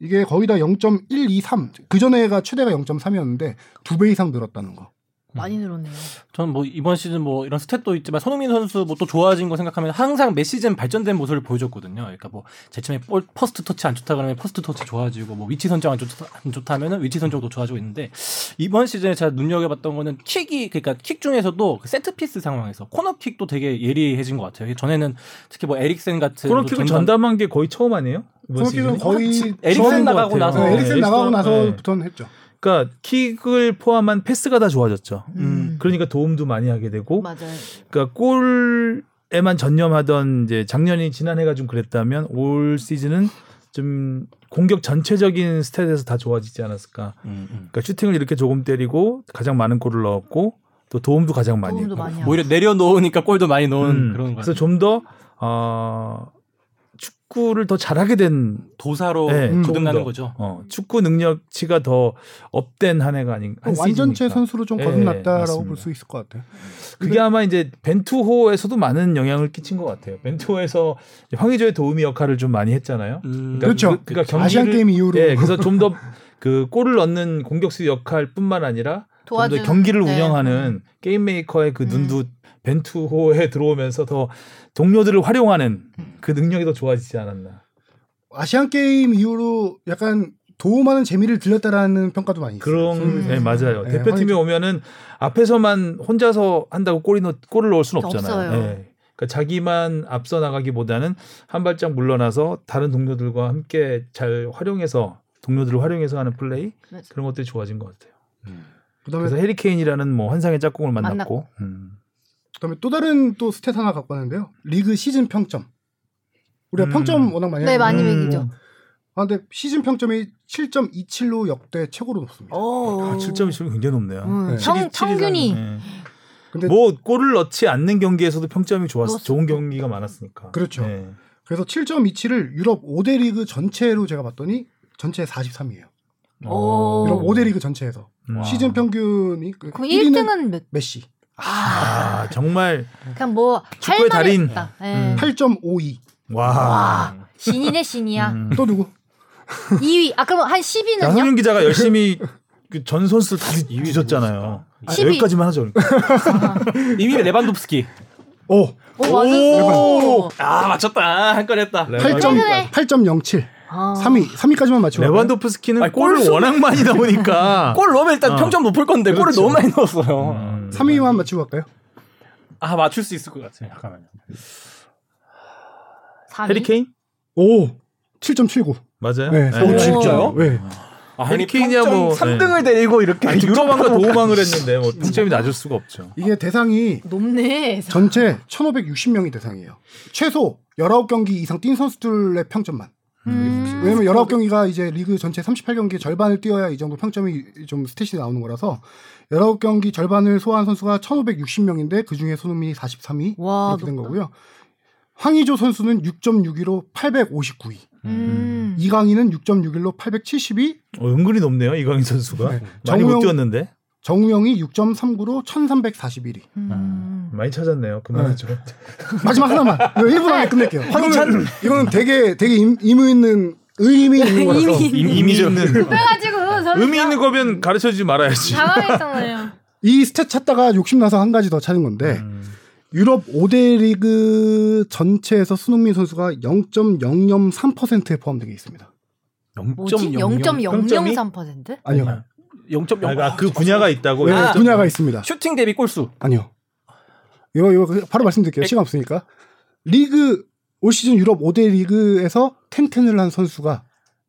D: 이게 거의 다 0.123. 그 전에가 최대가 0.3이었는데 두 배 이상 늘었다는 거.
E: 많이 늘었네요.
C: 저는 뭐 이번 시즌 뭐 이런 스탯도 있지만 손흥민 선수 뭐 또 좋아진 거 생각하면 항상 매 시즌 발전된 모습을 보여줬거든요. 그러니까 뭐제 처음에 볼 퍼스트 터치 안 좋다 그러면 퍼스트 터치 좋아지고 뭐 위치 선정 안 좋다 안 좋다면은 위치 선정도 좋아지고 있는데 이번 시즌에 제가 눈여겨봤던 거는 킥이 그러니까 킥 중에서도 그 세트 피스 상황에서 코너킥도 되게 예리해진 것 같아요. 전에는 특히 뭐 에릭센 같은
B: 코너킥을
C: 전담-
B: 전담한 게 거의 처음 아니에요? 이번
D: 코너킥은
B: 시즌이?
D: 거의
C: 에릭센
D: 처음인 것
C: 나가고
D: 같아요.
C: 나서.
D: 네,
B: 네,
D: 에릭센 나가고
B: 에릭센-
D: 나서부터는 했죠.
B: 그러니까 킥을 포함한 패스가 다 좋아졌죠.
E: 음.
B: 그러니까 도움도 많이 하게 되고
E: 맞아요.
B: 그러니까 골에만 전념하던 이제 작년이 지난해가 좀 그랬다면 올 시즌은 좀 공격 전체적인 스탯에서 다 좋아지지 않았을까.
C: 음, 음.
B: 그러니까 슈팅을 이렇게 조금 때리고 가장 많은 골을 넣었고 또 도움도 가장 많이
E: 도움도
B: 했고.
E: 많이 하고.
C: 뭐 오히려 내려놓으니까 골도 많이 넣은
B: 음,
C: 그런 거
B: 그래서
C: 같아요.
B: 좀 더 어, 축구를 더 잘하게 된
C: 도사로
B: 네, 조금
D: 음.
C: 거듭나는
B: 더,
C: 거죠.
B: 어, 축구 능력치가 더 업된 한 해가 아닌 한
D: 어, 완전체
B: 시즌이니까.
D: 선수로 좀
B: 예,
D: 거듭났다라고
B: 맞습니다.
D: 볼 수 있을 것 같아요.
B: 그게 아마 이제 벤투호에서도 많은 영향을 끼친 것 같아요. 벤투호에서 이제 황의조의 도우미 역할을 좀 많이 했잖아요.
C: 음.
D: 그렇죠.
B: 그, 러니까
D: 아시안 게임 이후로
B: 예, 그래서 좀 더 그 골을 넣는 공격수 역할뿐만 아니라 좀 더
E: 도와주는-
B: 경기를
E: 네. 음.
B: 운영하는 게임 메이커의 그 눈도 벤투호에 들어오면서 더 동료들을 활용하는
E: 음.
B: 그 능력이 더 좋아지지 않았나.
D: 아시안 게임 이후로 약간 도움하는 재미를 들렸다라는 평가도 많이 있어요.
B: 그런
E: 음.
B: 예, 맞아요.
D: 예,
B: 대표팀이
D: 황의조-
B: 오면은 앞에서만 혼자서 한다고 골이 넣, 골을 넣을 수는 없잖아요.
E: 없어요.
B: 예. 그러니까 자기만 앞서 나가기보다는 한 발짝 물러나서 다른 동료들과 함께 잘 활용해서 동료들을 활용해서 하는 플레이
E: 맞아.
B: 그런 것들이 좋아진 것 같아요.
D: 그다음에
B: 그래서 해리 케인이라는 뭐 환상의 짝꿍을 만났고, 음.
D: 그다음에 또 다른 또 스탯 하나 갖고 왔는데요. 리그 시즌 평점. 우리가
B: 음.
D: 평점 워낙 많이
E: 네,
D: 하잖아요.
E: 많이
B: 음.
E: 매기죠.
D: 아, 근데 시즌 평점이 7.27로 역대 최고로 높습니다.
B: 아, 7점이 굉장히 높네요.
E: 어, 음,
D: 네.
E: 평,
B: 7이- 7이
E: 평균이
B: 네.
D: 근데
B: 뭐 골을 넣지 않는 경기에서도 평점이 좋았
E: 넣었-
B: 좋은 경기가 많았으니까.
D: 그렇죠.
B: 네.
D: 그래서 7.27을 유럽 5대 리그 전체로 제가 봤더니 전체 43이에요.
E: 오.
D: 유럽 5대 리그 전체에서
B: 어. 와.
D: 시즌 평균이 그
E: 그럼
D: 1위는
E: 1등은 몇?
D: 메시
B: 아 정말
E: 그냥 뭐할
B: 축구의
E: 말이
B: 달인.
E: 없다. 예.
B: 음.
D: 8.52.
B: 와.
E: 와 신이네 신이야.
B: 음.
D: 또 누구?
E: 2위. 아 그럼 한 10위는요?
B: 나성윤 기자가 열심히 그 전선수 다 뒤졌잖아요.
C: 뭐
B: 아,
E: 있을까?
B: 여기까지만 하죠. 그러니까.
C: 이미 레반도프스키.
D: 오.
E: 오 맞았어.
C: 아 맞췄다 한 건 했다.
B: 레반-
D: 8점 8.07.
E: 아.
D: 3위. 3위까지만 맞추고.
B: 레반도프스키는
C: 아니,
B: 골을
C: 골수-
B: 워낙 많이 넣으니까
C: 골 넣으면 일단
B: 어.
C: 그렇죠. 평점 높을 건데 골을 너무 많이 넣었어요.
B: 음.
D: 3위만 맞추고 갈까요?
C: 아 맞출 수 있을 것 같아요. 잠깐만요.
E: 3위.
B: 해리케인?
D: 오, 7.79.
B: 맞아요?
D: 네,
C: 오, 진짜요?
D: 네.
C: 아니 네.
B: 해리케인이야 뭐,
C: 3등을 데리고 이렇게
B: 아니, 득점왕과 도움왕을 했는데 뭐 득점이 낮을 수가 없죠.
D: 이게 대상이
A: 높네.
D: 전체 1,560명이 대상이에요. 최소 19경기 이상 뛴 선수들의 평점만.
E: 음.
D: 왜냐면 19경기가 이제 리그 전체 38경기 절반을 뛰어야 이 정도 평점이 좀 스탯이 나오는 거라서 19경기 절반을 소화한 선수가 1,560명인데 그중에 손흥민이 43위
A: 와,
D: 이렇게 된
A: 높다.
D: 거고요. 황의조 선수는 6.61로 859위,
A: 음.
D: 이강인은 6.61로 870위,
B: 어, 은근히 높네요 이강인 선수가
D: 네.
B: 많이 못
D: 정우영-
B: 뛰었는데
D: 정우영이 6.39로 1,341위.
A: 음.
B: 많이 찾았네요. 그만하죠.
D: 마지막 하나만. 1분 안에 끝낼게요.
C: 황희찬?
D: 이거는, 이거는 되게 되게 임, 의미 있는 의미 있는 거라서.
B: 네. 의미 있는
E: 그래가지고 저는
B: 의미 있는 거면 가르쳐 주지 말아야지.
E: 당황했잖아요.
D: 이 스탯 찾다가 욕심나서 한 가지 더 찾은
B: 네.
D: 건데
B: 음.
D: 유럽 5대 리그 전체에서 손흥민 선수가 0.003%에 포함되어 있습니다.
A: 뭐지? 0.003%?
D: 아니요.
C: 아니요. 0.0.
B: 아, 그 분야가 있다고.
D: 네, 분야가 있습니다.
C: 슈팅 대비 골수.
D: 아니요. 이거 이거 그- 바로 말씀드릴게요. 시간 없으니까. 리그 올 시즌 유럽 5대 리그에서 텐텐을 한 선수가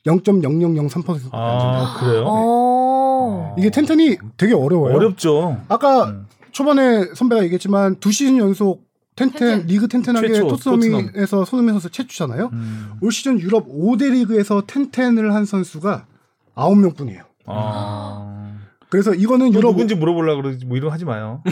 D: 0.0003%.
B: 아 그래요? 아.
A: 어.
D: 이게 텐텐이 되게 어려워요.
B: 어렵죠.
D: 아까
B: 음.
D: 초반에 선배가 얘기했지만 두 시즌 연속 텐텐
E: 텐텐.
D: 리그 텐텐하게
B: 최초,
D: 토트넘에서 손흥민 선수 최초잖아요.
B: 음.
D: 올 시즌 유럽 5대 리그에서 텐텐을 한 선수가 9명뿐이에요.
B: 아.
D: 그래서 이거는
B: 또
D: 유럽
B: 누군지 물어보려고 그러지 뭐 이런 거 하지 마요.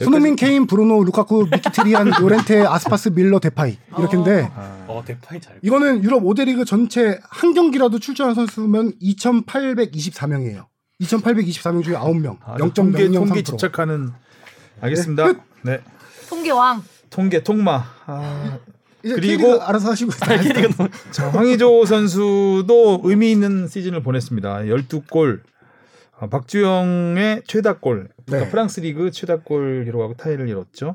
D: 손흥민, 케인, 브루노, 루카쿠, 미키트리안, 노렌테, 아스파스, 밀러, 데파이 이렇게인데
B: 아.
C: 어 대파이 잘.
D: 이거는 유럽 5대 리그 전체 한 경기라도 출전한 선수면 2,824명이에요. 2,824명 중에 9명.
B: 아, 통계 통계
D: 0.003%.
B: 집착하는 알겠습니다. 네.
E: 통계왕.
B: 통계 통마. 아,
D: 이제
B: 그리고-
D: 그리고 알아서 하시고
B: 자, 황의조 선수도 의미 있는 시즌을 보냈습니다. 12골. 아, 박주영의 최다골. 그러니까
D: 네.
B: 프랑스 리그 최다골 기록하고 타이를 이뤘죠.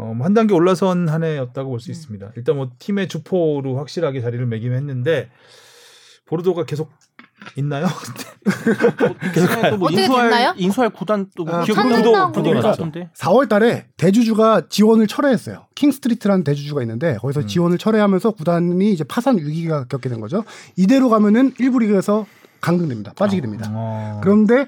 B: 어, 뭐한 단계 올라선 한 해였다고 볼 수 있습니다. 일단 뭐 팀의 주포로 확실하게 자리를 매김했는데 보르도가 계속 있나요?
C: 계속 뭐
E: 어떻게
C: 인수할
E: 됐나요?
C: 인수할 구단 또
D: 아,
C: 기억
E: 구단
C: 구도
E: 나오고
C: 구도
B: 그러니까.
C: 나던데.
D: 4월 달에 대주주가 지원을 철회했어요. 킹스트리트라는 대주주가 있는데
B: 음.
D: 거기서 지원을 철회하면서 구단이 이제 파산 위기가 겪게 된 거죠. 이대로 가면은 1부 리그에서 강등됩니다. 빠지게 됩니다.
B: 어,
D: 그런데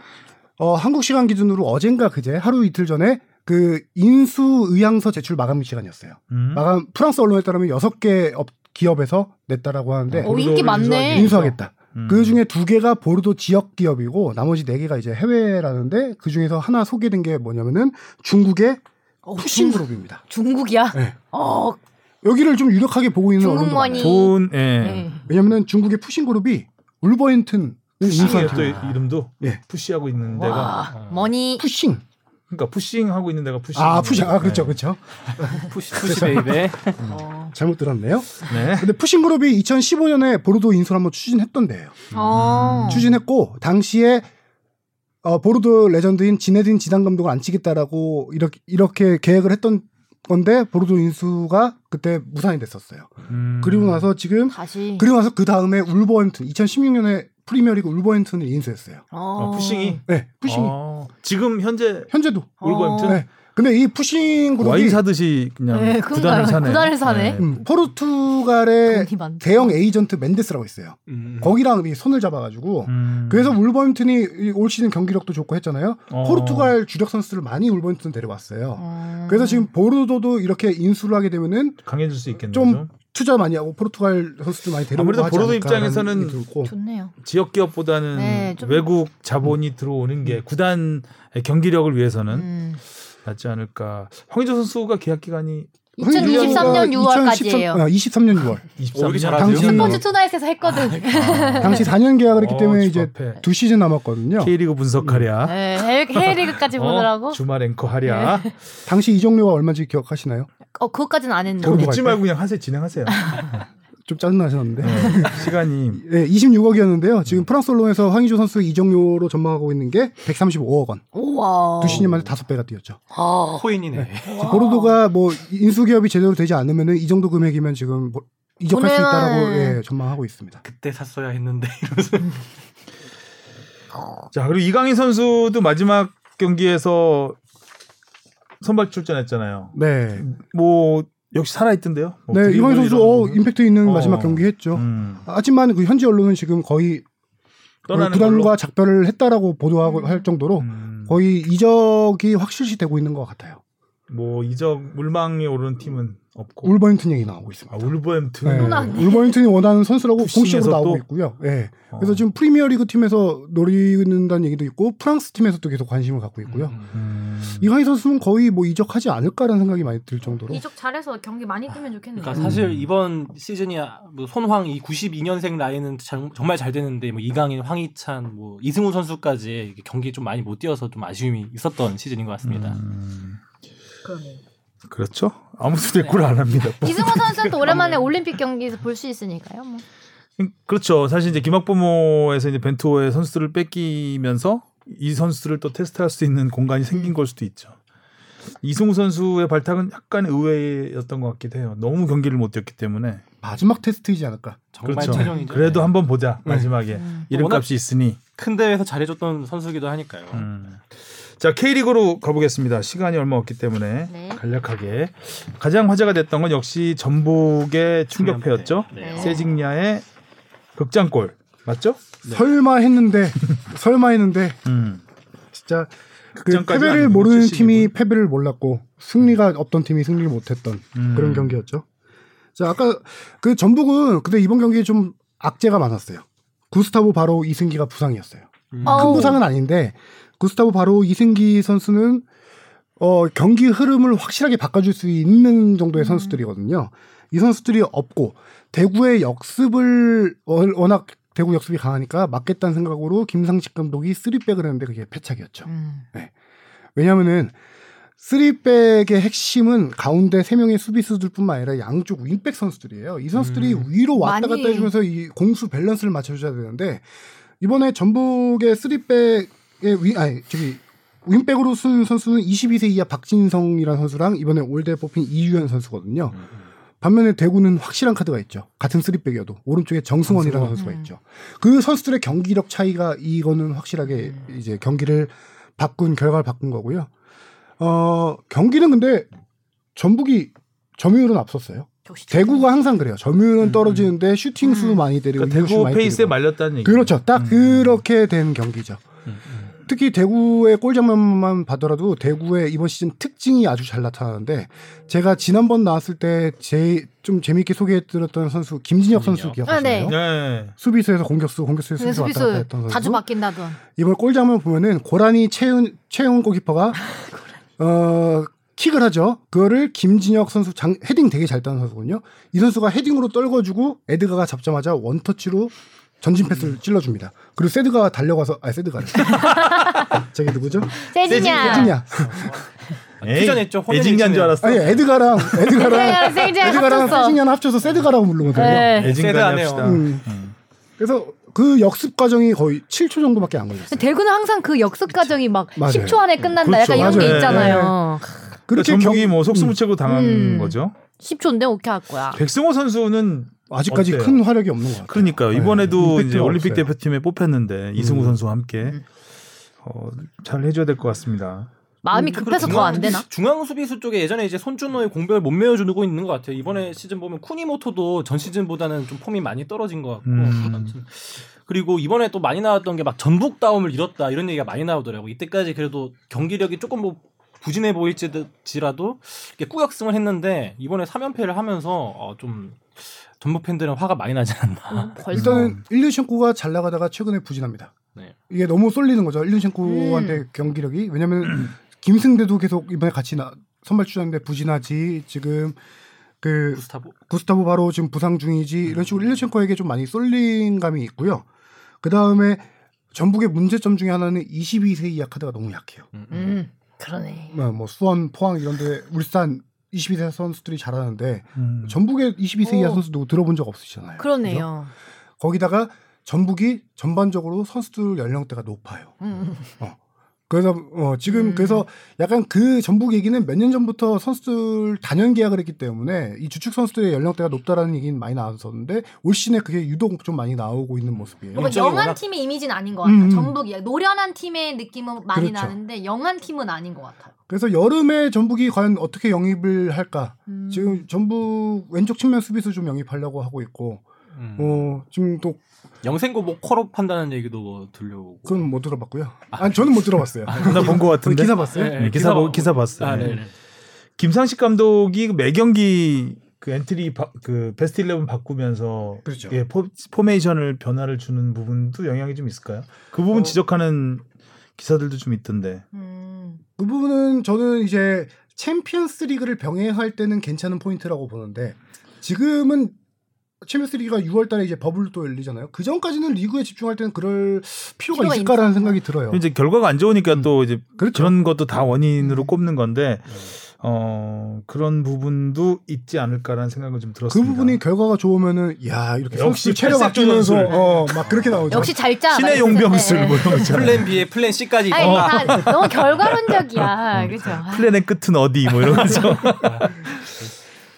D: 어, 한국 시간 기준으로 어젠가 그제 하루 이틀 전에 그 인수 의향서 제출 마감 시간이었어요.
B: 음.
D: 마감 프랑스 언론에 따르면 6개 업, 기업에서 냈다라고 하는데
E: 오, 어, 인기 많네.
D: 네. 인수하겠다.
B: 어, 음.
D: 그 중에 두 개가 보르도 지역 기업이고 나머지 네 개가 이제 해외라는데 그 중에서 하나 소개된 게 뭐냐면은 중국의
A: 어,
E: 음.
D: 푸신
A: 중국-
D: 그룹입니다.
A: 중국이야?
D: 네.
A: 어,
D: 여기를 좀 유력하게 보고 있는 언론도
E: 중국만이-
D: 많아요.
B: 좋은 예.
A: 네.
D: 왜냐면은 중국의 푸신 그룹이 울버햄튼
B: 푸싱이에요,
D: 인수한
B: 또
D: 팀.
B: 이름도
D: 예.
B: 푸시하고 있는 데가
A: 와, 머니.
D: 푸싱.
B: 그러니까 푸싱하고 있는 데가 푸싱.
D: 아 푸싱. 아 그렇죠,
B: 네.
D: 그렇죠.
C: 푸시 푸시 베이베.
D: 음.
A: 어.
D: 잘못 들었네요.
B: 네.
D: 근데 푸신 그룹이 2015년에 보르도 인수를 한번 추진했던데요. 음.
E: 어.
D: 추진했고 당시에 어, 보르도 레전드인 지네딘 지단 감독을 안 치겠다라고 이렇게 이렇게 계획을 했던 건데 보르도 인수가 그때 무산이 됐었어요.
B: 음.
D: 그리고 나서 지금
E: 다시.
D: 그리고 나서 그 다음에 울버햄튼 2016년에 프리미어리그 울버햄튼을 인수했어요.
B: 아, 푸싱이
D: 네, 푸싱이
B: 어, 지금 현재
D: 현재도.
E: 어.
B: 울버햄튼
D: 네. 근데 이 푸싱 그룹이
B: 와인 사듯이 그냥
A: 네, 그런가요?
B: 구단을 사네.
A: 구단을 사네.
D: 음,
B: 음.
D: 포르투갈의
A: 돈이 많다.
D: 대형 에이전트 멘데스라고 있어요.
C: 음.
D: 거기랑 이 손을 잡아가지고
B: 음.
D: 그래서 울버햄튼이 이올 시즌 경기력도 좋고 했잖아요.
B: 어.
D: 포르투갈 주력 선수를 많이 울버햄튼 데려왔어요.
A: 음.
D: 그래서 지금 보르도도 이렇게 인수를 하게 되면은
B: 강해질 수 있겠네요.
D: 좀
B: 좀
D: 투자 많이 하고 포르투갈 선수들 많이 데려오고
B: 아무래도
D: 하지
B: 보르도
D: 않을까라는
B: 입장에서는
D: 얘기도 있고.
A: 좋네요.
B: 지역 기업보다는
A: 네, 좀-
B: 외국 자본이 들어오는 게 구단의 경기력을 위해서는
A: 음.
B: 낫지 않을까. 황의조 선수가 계약 기간이
D: 어,
E: 2023년
D: 2013
E: 6월까지예요.
D: 아, 23년 6월.
C: 어,
B: 23년
C: 이렇게 잘하세요?
D: 당신-
E: 스포츠 투나잇에서 했거든. 네.
D: 당시 4년 계약을 했기
B: 어,
D: 때문에
B: 집
D: 이제
B: 앞에.
D: 두 시즌 남았거든요.
B: K리그
A: 음.
B: 분석하랴.
E: 네, 해외리그까지
B: 어,
E: 보더라고.
B: 주말 앵커
A: 네.
B: 하랴. 네.
D: 당시 이정료가 얼마인지 기억하시나요?
E: 어, 그것까지는 안 했는데.
B: 그거
D: 모르겠어요.
B: 묻지 말고 그냥 하세요. 진행하세요.
D: 좀 짜증나셨는데.
B: 네, 시간이
D: 네, 26억이었는데요. 지금 프랑스 언론에서 황의조 선수 이정료로 전망하고 있는 게 135억 원.
B: 어.
A: 우와.
D: 두시님한테 다섯 배가 뛰었죠.
A: 아.
C: 코인이네.
D: 보르도가 뭐 인수기업이 제대로 되지 않으면은 이 정도 금액이면 지금 뭐 이적할 수 있다라고
A: 보내는-
D: 예, 전망하고 있습니다.
C: 그때 샀어야 했는데 이러면서.
B: 자 그리고 이강인 선수도 마지막 경기에서 선발 출전했잖아요.
D: 네.
B: 뭐 역시 살아있던데요. 뭐
D: 네,
B: 드리블
D: 이광희 선수
B: 이런
D: 어,
B: 거.
D: 임팩트 있는
B: 어.
D: 마지막 경기 했죠.
B: 음,
D: 하지만 그 현지 언론은 지금 거의
B: 떠나는 걸로.
D: 구단과 작별을 했다라고 보도하고 할 정도로
B: 음,
D: 거의 이적이 확실시 되고 있는 것 같아요.
B: 뭐 이적 물망에 오르는 팀은 없고
D: 울버햄튼 얘기 나오고 있습니다.
B: 뭐. 아, 울버햄튼.
D: 네,
E: 나왔네.
D: 울버햄튼이 원하는 선수라고 공식으로
B: 푸싱에서
D: 나오고
B: 또?
D: 있고요. 예.
B: 어.
D: 그래서 지금 프리미어리그 팀에서 노리는다는 얘기도 있고 프랑스 팀에서도 계속 관심을 갖고 있고요.
B: 음.
D: 이강인 선수는 거의 뭐 이적하지 않을까라는 생각이 많이 들 정도로
E: 이적 잘해서 경기 많이 뛰면 좋겠네요.
B: 음.
C: 그러니까 사실 이번 시즌이 뭐 손황 이 92년생 라인은 참- 정말 잘 되는데 뭐 이강인, 황희찬, 뭐 이승우 선수까지 이게 경기 좀 많이 못 뛰어서 좀 아쉬움이 있었던 시즌인 것 같습니다.
B: 음,
E: 그러네요.
B: 그렇죠. 아무도 대꾸를 안 합니다.
E: 음. 이승호 선수는 또 오랜만에 올림픽 경기에서 볼 수 있으니까요. 뭐.
B: 그렇죠. 사실 이제 김학부모에서 이제 벤투호의 선수들을 뺏기면서 이 선수들을 또 테스트할 수 있는 공간이
C: 음.
B: 생긴 걸 수도 있죠. 이승우 선수의 발탁은 약간 의외였던 것 같기도 해요. 너무 경기를 못 뛰었기 때문에
D: 마지막 테스트이지 않을까.
C: 정말
B: 그렇죠.
C: 최종이죠. 네. 음.
B: 그래도 한번 보자 마지막에
E: 음.
B: 이름값이 있으니.
C: 큰 대회에서 잘해줬던 선수기도 하니까요.
B: 음. 자 K리그로 가보겠습니다. 시간이 얼마 없기 때문에
E: 네.
B: 간략하게 가장 화제가 됐던 건 역시 전북의 충격패였죠.
C: 네.
E: 네.
B: 세징야의 극장골 맞죠?
D: 설마 했는데 설마 했는데
B: 음.
D: 진짜 그
B: 극장까지
D: 패배를
B: 아니고
D: 모르는
B: 70
D: 팀이
B: 이군.
D: 패배를 몰랐고 승리가 없던 팀이 승리를 못했던
B: 음.
D: 그런 경기였죠. 자 아까 그 전북은 근데 이번 경기에 좀 악재가 많았어요. 구스타보 바로 이승기가 부상이었어요.
C: 음.
E: 어.
D: 큰
E: 아우.
D: 부상은 아닌데 구스타보 바로 이승기 선수는 어, 경기 흐름을 확실하게 바꿔줄 수 있는
E: 음.
D: 정도의 선수들이거든요. 이 선수들이 없고 대구의 역습을 월- 워낙 대구 역습이 강하니까 막겠다는 생각으로 김상식 감독이 3백을 했는데 그게 패착이었죠.
A: 음.
D: 왜냐면은 3백의 핵심은 가운데 세명의 수비수들뿐만 아니라 양쪽 윙백 선수들이에요. 이 선수들이
C: 음.
D: 위로 왔다
E: 많이.
D: 갔다 해주면서 이 공수 밸런스를 맞춰줘야 되는데 이번에 전북의 3백의 윙 아니 저기 윙백으로 쓴 선수는 22세 이하 박진성이라는 선수랑 이번에 올대 뽑힌 이유현 선수거든요. 반면에 대구는 확실한 카드가 있죠. 같은 3백이어도 오른쪽에 정승원이라는
B: 음.
D: 선수가 있죠. 그 선수들의 경기력 차이가 이거는 확실하게
B: 음.
D: 이제 경기를 바꾼 결과를 바꾼 거고요. 어, 경기는 근데 전북이 점유율은 앞섰어요.
E: 역시
D: 대구가 항상 그래요. 점유율은 떨어지는데 슈팅 수
E: 음.
D: 많이 때리고
B: 음, 그러니까
D: 이런 슛
B: 대구
D: 많이
B: 페이스에
D: 때리고.
B: 말렸다는 얘기.
D: 그렇죠. 딱
B: 음.
D: 그렇게 된 경기죠. 음. 특히 대구의 골 장면만 봐더라도 대구의 이번 시즌 특징이 아주 잘 나타나는데 제가 지난번 나왔을 때 제 좀 재미있게 소개해드렸던 선수 김진혁 선수
C: 김진혁.
D: 기억하시나요?
E: 아, 네.
B: 네.
D: 수비수에서 공격수, 공격수에서
A: 네,
D: 수비수 왔다 갔다
A: 수비수
D: 했던 선수.
A: 자주 바뀐다던.
D: 이번 골 장면 보면은 고라니 최은 최은 골키퍼가 어 킥을 하죠. 그거를 김진혁 선수 장, 헤딩 되게 잘 따는 선수군요. 이 선수가 헤딩으로 떨궈주고 에드가가 잡자마자 원터치로 전진 패스를 찔러줍니다. 그리고 세드가가 달려가서 아 세드가 저기 누구죠?
E: 세진야.
D: 세진야.
C: 아,
B: 에이,
C: 투전했죠. 혼연의
B: 애진간 줄
C: 일치네요.
B: 알았어.
D: 아니 에드가랑
E: 세진야랑
D: 에드가랑
E: 세진야
D: 에드가랑
E: 합쳤어.
D: 세진야 합쳐서 세드가라고 부르거든요.
E: 네.
B: 애진간이
C: 세드하네요.
B: 합시다.
D: 음.
B: 음.
D: 그래서 그 역습 과정이 거의 7초 정도밖에 안 걸렸어요.
A: 대구는 항상 그 역습 과정이 막
D: 맞아요.
A: 10초 안에 끝난다.
B: 그렇죠.
A: 약간 이런
D: 맞아요.
A: 게 있잖아요.
B: 그러니까 전북이
D: 경-
B: 뭐 속수무책으로 당한
A: 음.
B: 거죠.
A: 10초인데 오케이 할 거야.
B: 백승호 선수는
D: 아직까지
B: 어때요?
D: 큰 화력이 없는 것 같아요.
B: 그러니까요.
D: 네.
B: 이번에도
D: 임팩트가
B: 이제 올림픽
D: 없어요.
B: 대표팀에 뽑혔는데 이승우
D: 음.
B: 선수와 함께 어, 잘 해줘야 될 것 같습니다.
A: 마음이
C: 음,
A: 급해서
C: 그리고
A: 더 안 되나?
C: 중앙 수비수 쪽에 예전에 이제 손준호의 공백을 못 메워주고 있는 것 같아요. 이번에 시즌 보면 쿠니모토도 전 시즌보다는 좀 폼이 많이 떨어진 것 같고
B: 음.
C: 아무튼. 그리고 이번에 또 많이 나왔던 게 막 전북다움을 잃었다 이런 얘기가 많이 나오더라고. 이때까지 그래도 경기력이 조금 뭐 부진해 보일지라도 이렇게 꾸역승을 했는데 이번에 3연패를 하면서 어, 좀 전북 팬들은 화가 많이 나지
A: 음,
C: 않나.
E: 벌써
D: 네. 일단은 일류첸코가 잘 나가다가 최근에 부진합니다.
C: 네.
D: 이게 너무 쏠리는 거죠. 일류첸코한테 경기력이
B: 음.
D: 왜냐하면 김승대도 계속 이번에 같이 나, 선발 출전인데 부진하지 지금 그
C: 구스타보.
D: 구스타보 바로 지금 부상 중이지 이런 식으로 일류첸코에게 좀 많이 쏠린 감이 있고요. 그 다음에 전북의 문제점 중에 하나는 22세 이하 카드가 너무 약해요.
C: 음, 음.
E: 음. 그러네.
D: 뭐, 뭐 수원, 포항 이런데 울산 22세 선수들이 잘하는데
B: 음.
D: 전북의 22세 이하
A: 오.
D: 선수 누구 들어본 적 없으시잖아요. 그죠?
A: 그러네요.
D: 거기다가 전북이 전반적으로 선수들 연령대가 높아요.
A: 음.
D: 그래서 어, 지금
A: 음.
D: 그래서 약간 그 전북 얘기는 몇 년 전부터 선수들 단연 계약을 했기 때문에 이 주축 선수들의 연령대가 높다라는 얘기는 많이 나왔었는데 올 시즌에 그게 유독 좀 많이 나오고 있는 모습이에요.
E: 뭔가
C: 일정이
E: 영한
C: 워낙-
E: 팀의 이미지는 아닌 것 같아요.
D: 음.
E: 전북이 노련한 팀의 느낌은 많이
D: 그렇죠.
E: 나는데 영한 팀은 아닌 것 같아요.
D: 그래서 여름에 전북이 과연 어떻게 영입을 할까?
A: 음,
D: 지금 전북 왼쪽 측면 수비수 좀 영입하려고 하고 있고,
C: 음.
D: 어, 지금 또
C: 영생고 뭐 콜업 한다는 얘기도 뭐 들려오고.
D: 그건 못 들어봤고요. 아니, 저는 못 들어봤어요.
B: 나 본 것 같은데.
D: 기사 봤어요?
C: 네,
B: 네, 기사 보- 기사 봤어요.
C: 아,
B: 네.
C: 네.
B: 김상식 감독이 그 매경기 그 엔트리 바- 그 베스트 11 바꾸면서
D: 그렇죠.
B: 예, 포, 포메이션을 변화를 주는 부분도 영향이 좀 있을까요? 그 부분
D: 어.
B: 지적하는 기사들도 좀 있던데.
E: 음.
D: 그 부분은 저는 이제 챔피언스 리그를 병행할 때는 괜찮은 포인트라고 보는데 지금은 챔피언스 리그가 6월 달에 이제 버블 또 열리잖아요. 그 전까지는 리그에 집중할 때는 그럴 필요가
E: 필요가
D: 있을까라는 생각이 들어요.
B: 이제 결과가 안 좋으니까 또 이제 음.
D: 그렇죠.
B: 그런 것도 다 원인으로 꼽는 건데
C: 음.
B: 어, 그런 부분도 있지 않을까라는 생각은 좀
D: 그
B: 들었습니다.
D: 부분이 결과가 좋으면은 야 이렇게
B: 역시
D: 선수 체력
B: 팔색조
D: 아끼면서
B: 전술.
D: 어, 막 그렇게 나오죠.
E: 역시 잘 짜.
B: 신의
E: 말했을
A: 네.
E: 때.
B: 용병술 뭐 이런 거 있잖아요.
C: 플랜 B에 플랜 C까지
E: 아니,
C: 있다.
E: 다 너무 결과론적이야. 그렇죠.
B: 플랜의 끝은 어디 뭐 이런 거죠.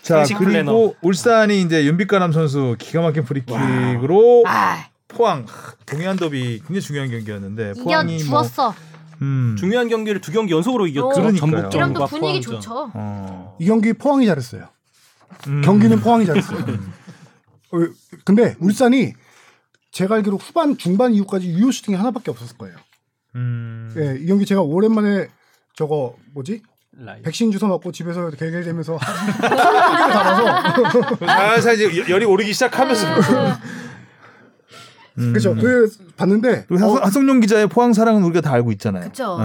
B: 자
C: 상식 플래너.
B: 그리고 울산이 이제 윤빛가람 선수 기가 막힌 프리킥으로
E: 아,
B: 포항 하, 동해안 더비 굉장히 중요한 경기였는데
E: 이겨
B: 포항이 뭐
E: 주었어.
B: 음,
C: 중요한 경기를 두 경기 연속으로 이겼죠.
B: 그러니까요.
E: 이런
C: 어. 전북전과
E: 또 분위기
C: 포항전.
E: 좋죠.
B: 어,
D: 이 경기 포항이 잘했어요.
B: 음,
D: 경기는 포항이 잘했어요. 어, 근데 울산이 제가 알기로 후반 중반 이후까지 유효 슈팅이 하나밖에 없었을 거예요.
B: 음,
D: 예, 이 경기 제가 오랜만에 저거 뭐지
C: 라이브.
D: 백신 주사 맞고 집에서 개개대면서 소고기를 담아서
B: 살살 이제 열이 오르기 시작하면서
E: 아.
B: 음.
D: 그죠 그 봤는데
B: 그리고 하성- 하성룡 기자의 포항 사랑은 우리가 다 알고 있잖아요.
E: 그쵸.
B: 예.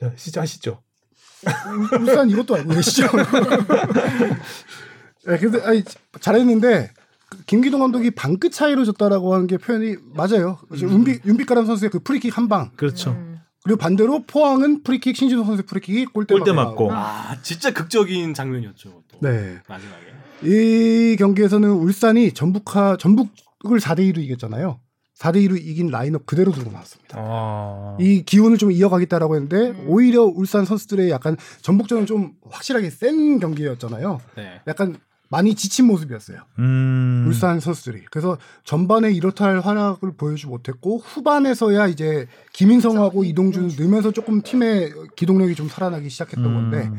B: 자, 시작하시죠.
D: 어, 울산 이것도 알고 계시죠 예 근데 아니 잘했는데 그 김기동 감독이 반끝 차이로 졌다라고 하는 게 표현이 맞아요 이제 윤비 윤비가람 선수의 그 프리킥 한방
B: 그렇죠.
C: 음.
E: 음.
D: 그리고 반대로 포항은 프리킥 신진호 선수의 프리킥이 골대,
B: 골대
D: 맞고
B: 맞고.
C: 아 진짜 극적인 장면이었죠. 또.
D: 네.
C: 마지막에.
D: 이 경기에서는 울산이 전북하 전북을 4대 2로 이겼잖아요 4대 2로 이긴 라인업 그대로 들고 나왔습니다.
B: 아,
D: 이 기운을 좀 이어가겠다라고 했는데 오히려 울산 선수들의 약간 전북전은 좀 확실하게 센 경기였잖아요.
C: 네.
D: 약간 많이 지친 모습이었어요.
B: 음,
D: 울산 선수들이. 그래서 전반에 이렇다 할 활약을 보여주지 못했고 후반에서야 이제 김인성하고 이동준을 넣으면서 조금 팀의 기동력이 좀 살아나기 시작했던 건데
B: 음.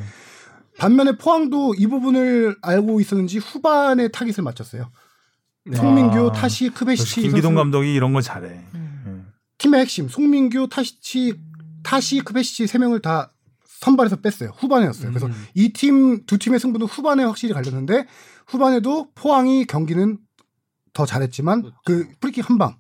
D: 반면에 포항도 이 부분을 알고 있었는지 후반에 타깃을 맞췄어요. 송민규,
B: 아.
D: 타시, 크베시치
B: 역시 김기동
D: 선수-
B: 감독이 이런 걸 잘해. 음.
D: 팀의 핵심 송민규, 타시치, 타시, 크베시치 세 명을 다 선발에서 뺐어요. 후반에였어요. 네, 그래서
C: 음.
D: 이 팀 두 팀의 승부는 후반에 확실히 갈렸는데 후반에도 포항이 경기는 더 잘했지만 그 프리킥 한 방.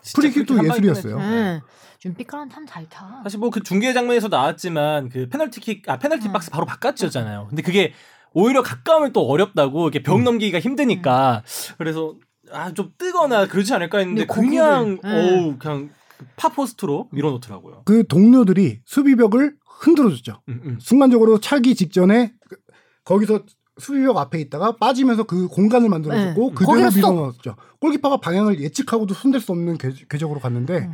C: 진짜
D: 프리킥도
C: 그렇게 한
D: 예술이었어요.
C: 방에 네.
E: 음. 좀 삐까란 참잘 타. 아,
C: 사실 뭐 그 중계 장면에서 나왔지만 그 페널티킥 아 페널티
E: 음.
C: 박스 바로 바깥이었잖아요. 근데 그게 오히려 가까우면 또 어렵다고 이렇게 벽 넘기기가 힘드니까 그래서 아 좀 뜨거나 그러지 않을까 했는데
E: 근데 거기를-
C: 그냥
E: 네.
C: 어우 그냥 그 파포스트로 밀어놓더라고요.
D: 그 동료들이 수비벽을 흔들어줬죠.
C: 음, 음.
D: 순간적으로 차기 직전에 그- 거기서 수비벽 앞에 있다가 빠지면서 그 공간을 만들어줬고
E: 네.
D: 그대로
E: 거기로 쏙!
D: 밀어넣었죠. 골키퍼가 방향을 예측하고도 손댈 수 없는 궤- 궤적으로 갔는데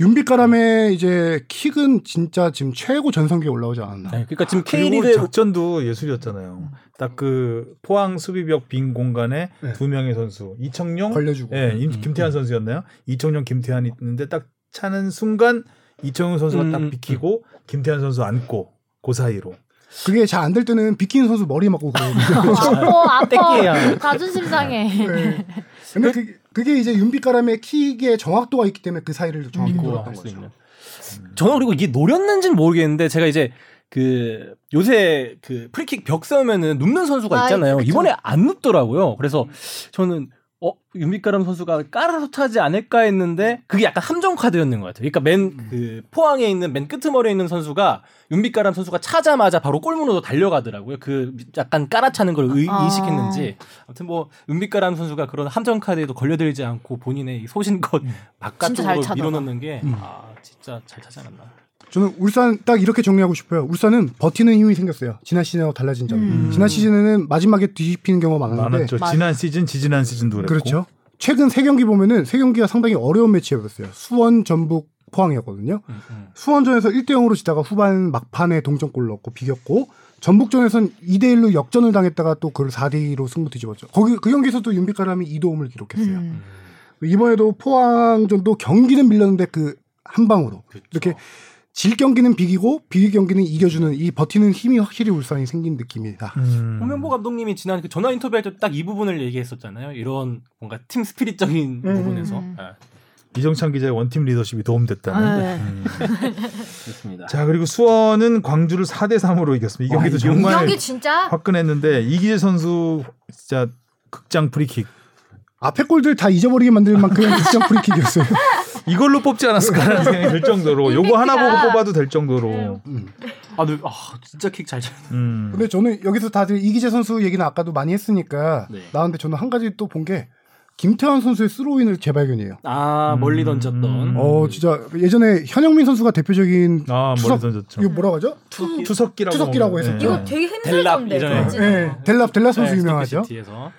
D: 윤빛가람의 이제 킥은 진짜 지금 최고 전성기에 올라오지 않았나.
C: 네, 그러니까 지금
B: 아, 그리고
C: K리그
B: 작전도 예술이었잖아요. 딱 그 포항 수비벽 빈 공간에
D: 네.
B: 두 명의 선수 이청용,
D: 걸려주고.
B: 예, 임-
C: 음.
B: 김태환 선수였나요? 이청용, 김태환 있는데 딱 차는 순간 이청용 선수가
C: 음.
B: 딱 비키고 김태환 선수 안고 그 사이로.
D: 그게 잘 안 될 때는 비키니 선수 머리 맞고 그러거든요.
E: 뭐, 아파 아파.
C: 땡기야.
E: 자존심 상해.
D: 네. 근데 그, 그게 이제 윤빛가람의 킥의 정확도가 있기 때문에 그 사이를 정확히
C: 있고
D: 들었던
C: 할수
D: 거죠.
C: 있는.
B: 음.
D: 음.
C: 저는 그리고 이게 노렸는지는 모르겠는데 제가 이제 그 요새 그 프리킥 벽 세우면은 눕는 선수가
E: 아, 음.
C: 있잖아요. 이번에 안 눕더라고요. 그래서 저는 어 윤빛가람 선수가 깔아서 차지 않을까 했는데 그게 약간 함정 카드였는 것 같아요. 그러니까
E: 음.
C: 맨 그 포항에 있는 맨 끄트머리에 있는 선수가 윤빛가람 선수가 차자마자 바로 골문으로 달려가더라고요. 그 약간 깔아차는 걸 의,
E: 아.
C: 식했는지 아무튼 뭐 윤빛가람 선수가 그런 함정 카드에도 걸려들지 않고 본인의 소신껏
E: 잘
C: 바깥쪽으로
E: 차더라.
C: 밀어넣는 게 아, 진짜 잘 차지 않았나.
D: 저는 울산 딱 이렇게 정리하고 싶어요. 울산은 버티는 힘이 생겼어요. 지난 시즌하고 달라진 점.
E: 음.
D: 지난 시즌에는 마지막에 뒤집히는 경우가 많았는데
B: 많았죠.
E: 맞아.
B: 지난 시즌, 지지난 시즌도 그랬고.
D: 그렇죠. 최근 세 경기 보면은 세 경기가 상당히 어려운 매치였어요. 수원, 전북, 포항이었거든요.
C: 음, 음.
D: 수원전에서 1대 0으로 지다가 후반 막판에 동점골 넣고 비겼고 전북전에선 2대 1로 역전을 당했다가 또 그걸 4대 2로 승부 뒤집었죠. 거기 그 경기에서도 윤빛가람이 2도움을 기록했어요.
E: 음.
D: 이번에도 포항전도 경기는 밀렸는데 그 한 방으로
C: 그쵸.
D: 이렇게 질 경기는 비기고 비기 경기는 이겨주는 이 버티는 힘이 확실히 울산이 생긴 느낌이다.
B: 음.
D: 뭐
C: 홍명보 감독님이 지난 그 전화 인터뷰할 때 딱 이 부분을 얘기했었잖아요. 이런 뭔가 팀 스피릿적인
D: 음.
C: 부분에서
E: 음.
C: 아,
B: 이정찬 기자의 원팀 리더십이 도움됐다는.
A: 네.
B: 음.
C: 그렇습니다.
B: 자 그리고 수원은 광주를 4대 3으로 이겼습니다. 이 경기도
D: 이
A: 이
B: 정말 네.
A: 경기 진짜
B: 화끈했는데 이기재 선수 진짜 극장 프리킥
D: 앞에 골들 다 잊어버리게 만들 만큼 극장 프리킥이었어요.
B: 이걸로 뽑지 않았을까라는 생각이 들 정도로 요거 하나 보고 뽑아도 될 정도로.
D: 음.
C: 아, 네. 아, 진짜 킥 잘 쳤네.
B: 음.
D: 근데 저는 여기서 다들 이기재 선수 얘기는 아까도 많이 했으니까
C: 네.
D: 나왔는데 저는 한 가지 또 본 게 김태환 선수의 스로인을 재발견이에요.
C: 아, 멀리 던졌던.
B: 음.
D: 어 진짜 예전에 현영민 선수가 대표적인
B: 아 머리
D: 추석-
B: 던졌죠.
D: 이거 뭐라고 하죠? 투-
C: 예,
B: 투석기라고
D: 투석기라고
B: 하면,
D: 했었죠.
B: 예.
D: 이거
E: 되게
C: 델랍 예전에.
E: 그지?
D: 예, 델랍 델랍 선수
C: 네,
D: 유명하죠.
C: 스토크시티에서.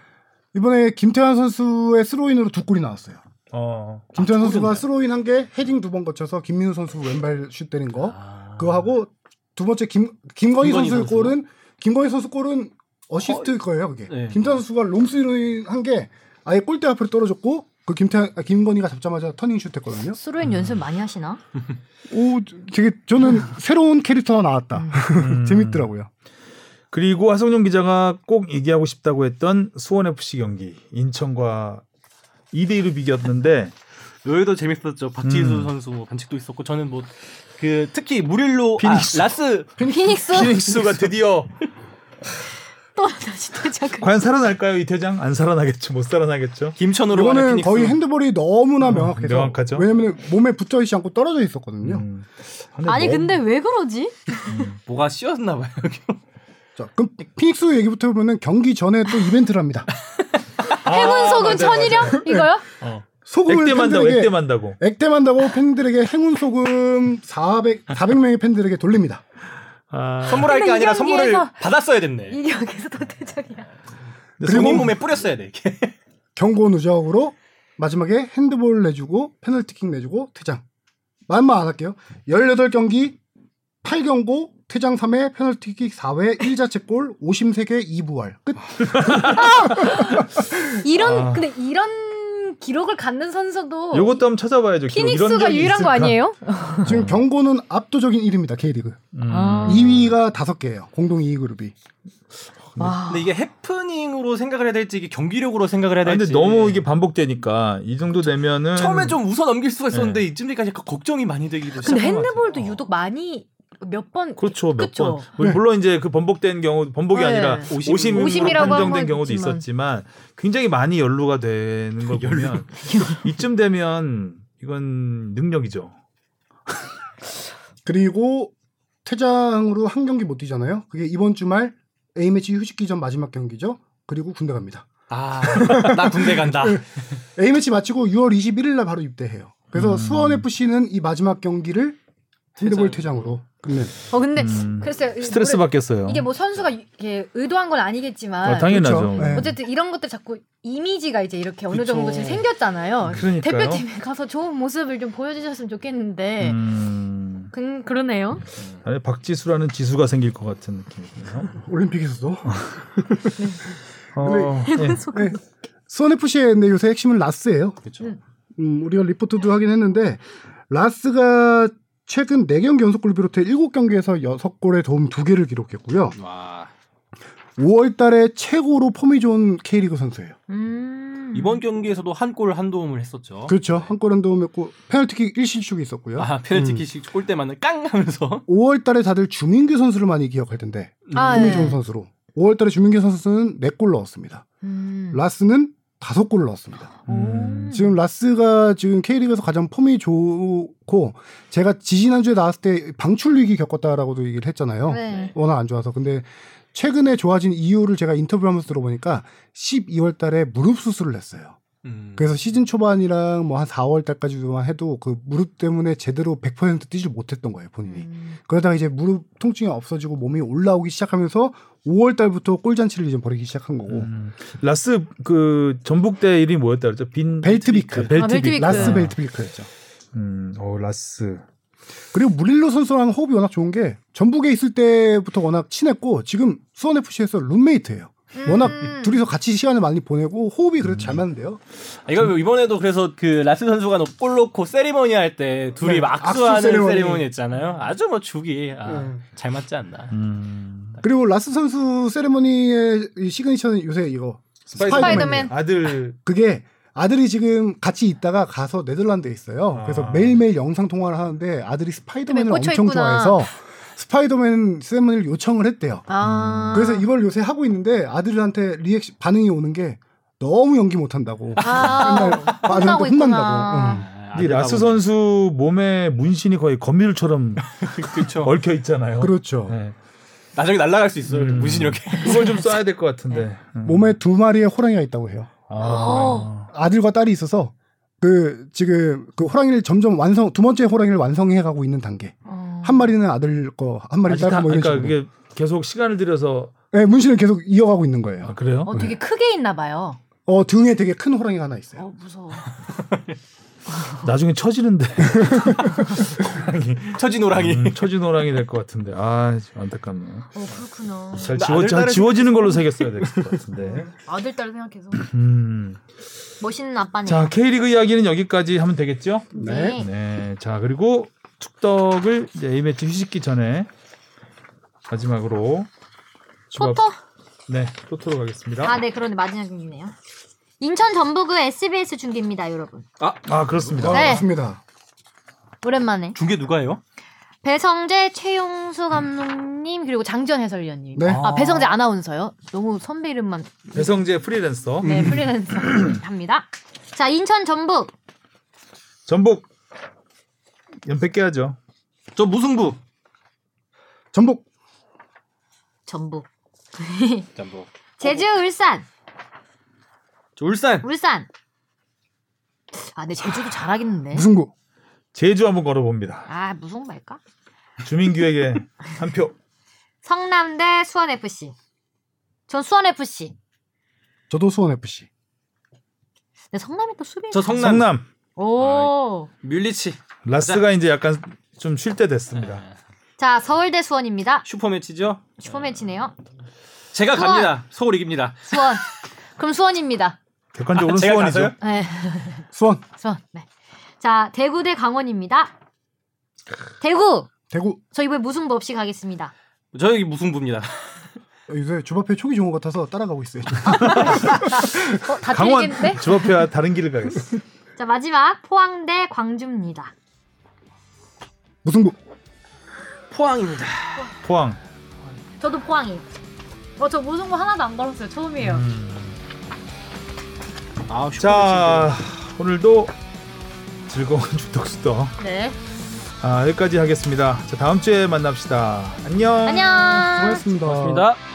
D: 이번에 김태환 선수의 스로인으로 두 골이 나왔어요.
B: 어.
D: 김태환 선수가
C: 골이었나요?
D: 스로인 한 개, 헤딩 두 번 거쳐서 김민우 선수 왼발 슛 때린 거
C: 아.
D: 그거 하고 두 번째 김 김건희,
C: 김건희
D: 선수 의
C: 선수.
D: 골은 김건희 선수 골은 어시스트 거예요 그게.
C: 네.
D: 김태환 선수가 롱스로인 한 게 아예 골대 앞으로 떨어졌고 그 김태환 아, 김건희가 잡자마자 터닝 슛했거든요.
E: 수로인 연습 많이 하시나?
D: 오 되게 저는 새로운 캐릭터가 나왔다.
B: 음.
D: 재밌더라고요.
B: 그리고 하성룡 기자가 꼭 얘기하고 싶다고 했던 수원 FC 경기 인천과 2대 1로 비겼는데
C: 여기도 재밌었죠. 박지수
B: 음.
C: 선수 뭐 반칙도 있었고 저는 뭐 그 특히 무릴로
B: 피닉스.
C: 아, 라스
E: 피닉스
B: 피닉스가 드디어
E: 또 다시 도착을.
B: 과연 살아날까요 이 퇴장? 안 살아나겠죠. 못 살아나겠죠.
C: 김천으로 가는
D: 이거는
C: 피닉스.
D: 거의 핸드볼이 너무나 명확해서
B: 음, 명확하죠.
D: 왜냐면 몸에 붙어 있지 않고 떨어져 있었거든요.
B: 음.
E: 아니
A: 뭐
B: 너무-
E: 근데 왜 그러지?
C: 뭐가 씌었나 봐요. 여기.
D: 자, 그럼 피닉스 얘기부터 보면 경기 전에 또 이벤트를 합니다.
E: 행운 속은 천일염 이거요?
D: 소금을
B: 액땜한다고
D: 팬들에게
B: 액땜한다고.
D: 액땜한다고 팬들에게 행운 소금 400 400명의 팬들에게 돌립니다.
B: 아,
C: 선물할 게
E: 근데
C: 아니라
E: 이
C: 선물을
E: 경기에서-
C: 받았어야
A: 예.
C: 됐네.
E: 이 여기서 또 대적이야.
C: 본인 몸에 뿌렸어야 돼. 이렇게.
D: 경고 누적으로 마지막에 핸드볼 내주고 페널티킥 내주고 퇴장. 말만 안 할게요. 18경기 8경고 퇴장 3회 페널티킥 4회 1자책골 53개 2부활. 끝.
E: 이런
B: 아.
E: 근데 이런 기록을 갖는 선수도
B: 요것도 한번 찾아봐야죠. 기록 이런
E: 피닉스가
B: 적이
E: 유일한 거
B: 있을까?
E: 아니에요?
D: 지금 경고는 압도적인 1위입니다. K리그.
B: 음.
E: 아.
D: 2위가 5개예요. 공동 2위 그룹이.
E: 와.
C: 근데 이게 해프닝으로 생각을 해야 될지 이게 경기력으로 생각을 해야
B: 아,
C: 될지.
B: 근데
C: 음.
B: 너무 이게 반복되니까 이 정도 되면은
C: 처음에 좀 웃어 넘길 수가 있었는데
B: 네.
C: 이쯤까지 그 걱정이 많이 되기도
E: 근데
C: 시작한 것
E: 핸드볼도
C: 같아요. 어.
E: 유독 많이 몇 번
B: 그렇죠 몇
E: 그쵸.
B: 번. 물론 이제 그 번복된 경우 번복이
E: 네.
B: 아니라
C: 50
B: 50,
E: 50
B: 50으로
E: 이라고
B: 판정된
E: 한
B: 경우도
E: 거지만.
B: 있었지만 굉장히 많이 연루가 되는 걸 보면 이쯤 되면 이건 능력이죠.
D: 그리고 퇴장으로 한 경기 못 뛰잖아요. 그게 이번 주말 A매치 휴식기 전 마지막 경기죠. 그리고 군대 갑니다.
C: 아, 나 군대 간다.
D: A매치 마치고 6월 21일 날 바로 입대해요. 그래서 수원 FC는 이 마지막 경기를 핸드볼 음. 퇴장으로 끝낸.
E: 어 근데
B: 음.
E: 글쎄요. 이
B: 스트레스
E: 노래-
B: 받겠어요.
E: 이게 뭐 선수가 이- 이게 의도한 건 아니겠지만
B: 아, 당연하죠.
D: 그렇죠. 네.
E: 어쨌든 이런 것들 자꾸 이미지가 이제 이렇게 어느
C: 그쵸.
E: 정도 지금 생겼잖아요.
B: 그러니까요.
E: 대표팀에 가서 좋은 모습을 좀 보여주셨으면 좋겠는데
B: 음.
E: 그, 그러네요.
B: 안에 박지수라는 지수가 생길 것 같은 느낌이네요.
D: 올림픽에서도.
B: 어, 네.
D: 네. 수원 FC의 근데 요새 핵심은 라스예요.
C: 그렇죠.
E: 음.
D: 음, 우리가 리포트도 하긴 했는데 라스가 최근 4경기 연속골을 비롯해 7경기에서 6골의 도움 2개를 기록했고요.
C: 와.
D: 5월 달에 최고로 폼이 좋은 K리그 선수예요.
E: 음.
C: 이번 경기에서도 한 골 한 도움을 했었죠.
D: 그렇죠. 한 골은 도움했고 페널티킥 1실축이 있었고요.
C: 아, 페널티킥 골대 맞는 깡 하면서.
D: 5월 달에 다들 주민규 선수를 많이 기억할 텐데
E: 아,
D: 폼이
A: 예.
E: 네.
D: 좋은 선수로 5월 달에 주민규 선수는 4골 넣었습니다.
E: 음. 아.
D: 라스는 5골을 넣었습니다.
B: 음.
D: 지금 라스가 지금 K리그에서 가장 폼이 좋고 제가 지지난주에 나왔을 때 방출 위기 겪었다라고도 얘기를 했잖아요.
E: 네.
D: 워낙 안 좋아서. 근데 최근에 좋아진 이유를 제가 인터뷰하면서 들어보니까 12월 달에 무릎 수술을 했어요.
C: 음.
D: 그래서 시즌 초반이랑 뭐 한 4월 달까지만 해도 그 무릎 때문에 제대로 100% 뛰질 못했던 거예요, 본인이.
E: 음.
D: 그러다가 이제 무릎 통증이 없어지고 몸이 올라오기 시작하면서 5월 달부터 골잔치를 이제 벌이기 시작한 거고.
B: 음. 라스 그 전북대 이름이 뭐였다 그랬죠? 빈
D: 벨트비크.
B: 벨트비크.
E: 아, 벨트비크.
D: 라스
E: 네.
D: 벨트비크였죠.
B: 음, 어 라스.
D: 그리고 무릴로 선수랑 호흡이 워낙 좋은 게 전북에 있을 때부터 워낙 친했고 지금 수원 FC에서 룸메이트예요.
E: 음.
A: 음.
D: 워낙 둘이서 같이 시간을 많이 보내고 호흡이 그래도 잘 맞는데요.
C: 아, 이거 이번에도 그래서 그 라스 선수가 골 넣고 세리머니 할 때 둘이
D: 네,
C: 막
D: 악수
C: 악수하는 세리머니.
D: 세리머니.
C: 있잖아요. 아주 뭐 죽이 아,
D: 네.
C: 잘 맞지 않나.
B: 음.
D: 그리고 라스 선수 세레머니의 이 시그니처는 요새 이거
A: 스파이더맨.
B: 아들
D: 그게 아들이 지금 같이 있다가 가서 네덜란드에 있어요. 그래서
B: 아.
D: 매일매일 영상 통화를 하는데 아들이 스파이더맨을
A: 꽂혀
D: 엄청
A: 있구나.
D: 좋아해서 스파이더맨 세레머니를 요청을 했대요.
A: 아.
D: 그래서 이걸 요새 하고 있는데 아들한테 리액션 반응이 오는 게 너무 연기 못한다고
A: 아.
D: 아들한테
A: 있구나.
D: 혼난다고. 응.
C: 아,
B: 이 라스
C: 아들하고.
B: 선수 몸에 문신이 거의 건밀처럼
C: 그쵸.
B: 얽혀 있잖아요.
D: 그렇죠.
B: 네.
C: 나중에 날아갈 수 있어요.
B: 음.
C: 문신 이렇게.
B: 그걸 좀 써야 될 것 같은데. 음.
D: 몸에 어. 두 마리의 호랑이가 있다고 해요.
B: 아.
D: 아들과 딸이 있어서 그 지금 그 호랑이를 점점 완성 두 번째 호랑이를 완성해 가고 있는 단계.
E: 어.
D: 한 마리는 아들 거, 한 마리
B: 아직
D: 딸
B: 다,
D: 거 뭐 이런
B: 그러니까
D: 식으로.
B: 그게 계속 시간을 들여서
D: 네, 문신을 계속 이어가고 있는
B: 아,
D: 거예요.
B: 그래요?
F: 어, 되게 크게 있나 봐요.
D: 어 등에 되게 큰 호랑이가 하나 있어요.
F: 어, 무서워.
B: 어, 나중에 처지는데
C: 처진 호랑이.
B: 음, 처진 호랑이 될 것 같은데 아 안타깝네요.
A: 어, 그렇구나.
B: 잘
C: 근데
B: 지워
C: 아들, 딸을
B: 지워지는 걸로 새겼어야 될 것 같은데.
A: 아들 딸 생각해서
B: 음.
A: 멋있는 아빠네.
B: 자 K리그 이야기는 여기까지 하면 되겠죠?
A: 네.
B: 네. 자, 그리고 축덕을 이제 A매치 휴식기 전에 마지막으로 집 앞-
A: 토토.
B: 네, 토토로 가겠습니다.
A: 아, 네, 그러네 마지막이네요. 인천 전북은 SBS 중계입니다, 여러분.
B: 아, 그렇습니다.
D: 아,
A: 네.
D: 맞습니다.
A: 오랜만에
C: 중계 누가 해요?
F: 배성재, 최용수 감독님 그리고 장전 해설위원님.
D: 네.
F: 아 배성재 아나운서요? 너무 선배 이름만
B: 배성재 프리랜서.
F: 네 프리랜서
A: 합니다. 자, 인천 전북.
B: 전북 연패 깨야죠.
C: 저 무승부.
D: 전북
A: 전북.
C: 잠복.
A: 제주 울산.
C: 저 울산.
A: 울산.
F: 아 근데 제주도
A: 네.
F: 잘하겠는데.
D: 무승부.
B: 제주 한번 걸어봅니다.
A: 아, 무슨 말까?
B: 주민규에게 한 표.
A: 성남대 수원 FC. 전 수원 FC.
D: 저도 수원 FC.
A: 근데 네, 성남이 또 수비.
C: 저 성남.
B: 성남
A: 오.
C: 뮬리치.
B: 라스가 이제 약간 좀 쉴 때 됐습니다.
C: 네.
A: 자, 서울대 수원입니다.
C: 슈퍼매치죠.
A: 슈퍼매치네요.
C: 제가
A: 수원.
C: 갑니다. 서울 이깁니다.
A: 수원. 그럼 수원입니다.
B: 객관적으로는
C: 아, 제가
B: 수원이죠.
C: 가서요?
A: 네.
D: 수원,
A: 수원. 네. 자, 대구대 강원입니다. 대구.
D: 대구.
A: 저 이번에 무승부 없이 가겠습니다.
C: 저 여기 무승부입니다.
D: 어, 요새 주바페 초기 좋은 것 같아서 따라가고 있어요.
A: 어, 다
B: 강원
A: 틀리겠는데?
B: 집 앞에 아, 다른 길을 가겠어.
A: 자, 마지막 포항대 광주입니다.
D: 무승부.
C: 포항입니다.
B: 포항.
A: 저도 포항이. 어, 저 무승부 하나도 안 걸었어요. 처음이에요.
C: 아, 슈퍼매치.
B: 자, 오늘도 즐거운 주덕수덕
A: 네.
B: 아, 여기까지 하겠습니다. 자, 다음 주에 만납시다. 안녕.
A: 안녕. 아.
D: 수고하셨습니다.
C: 고맙습니다.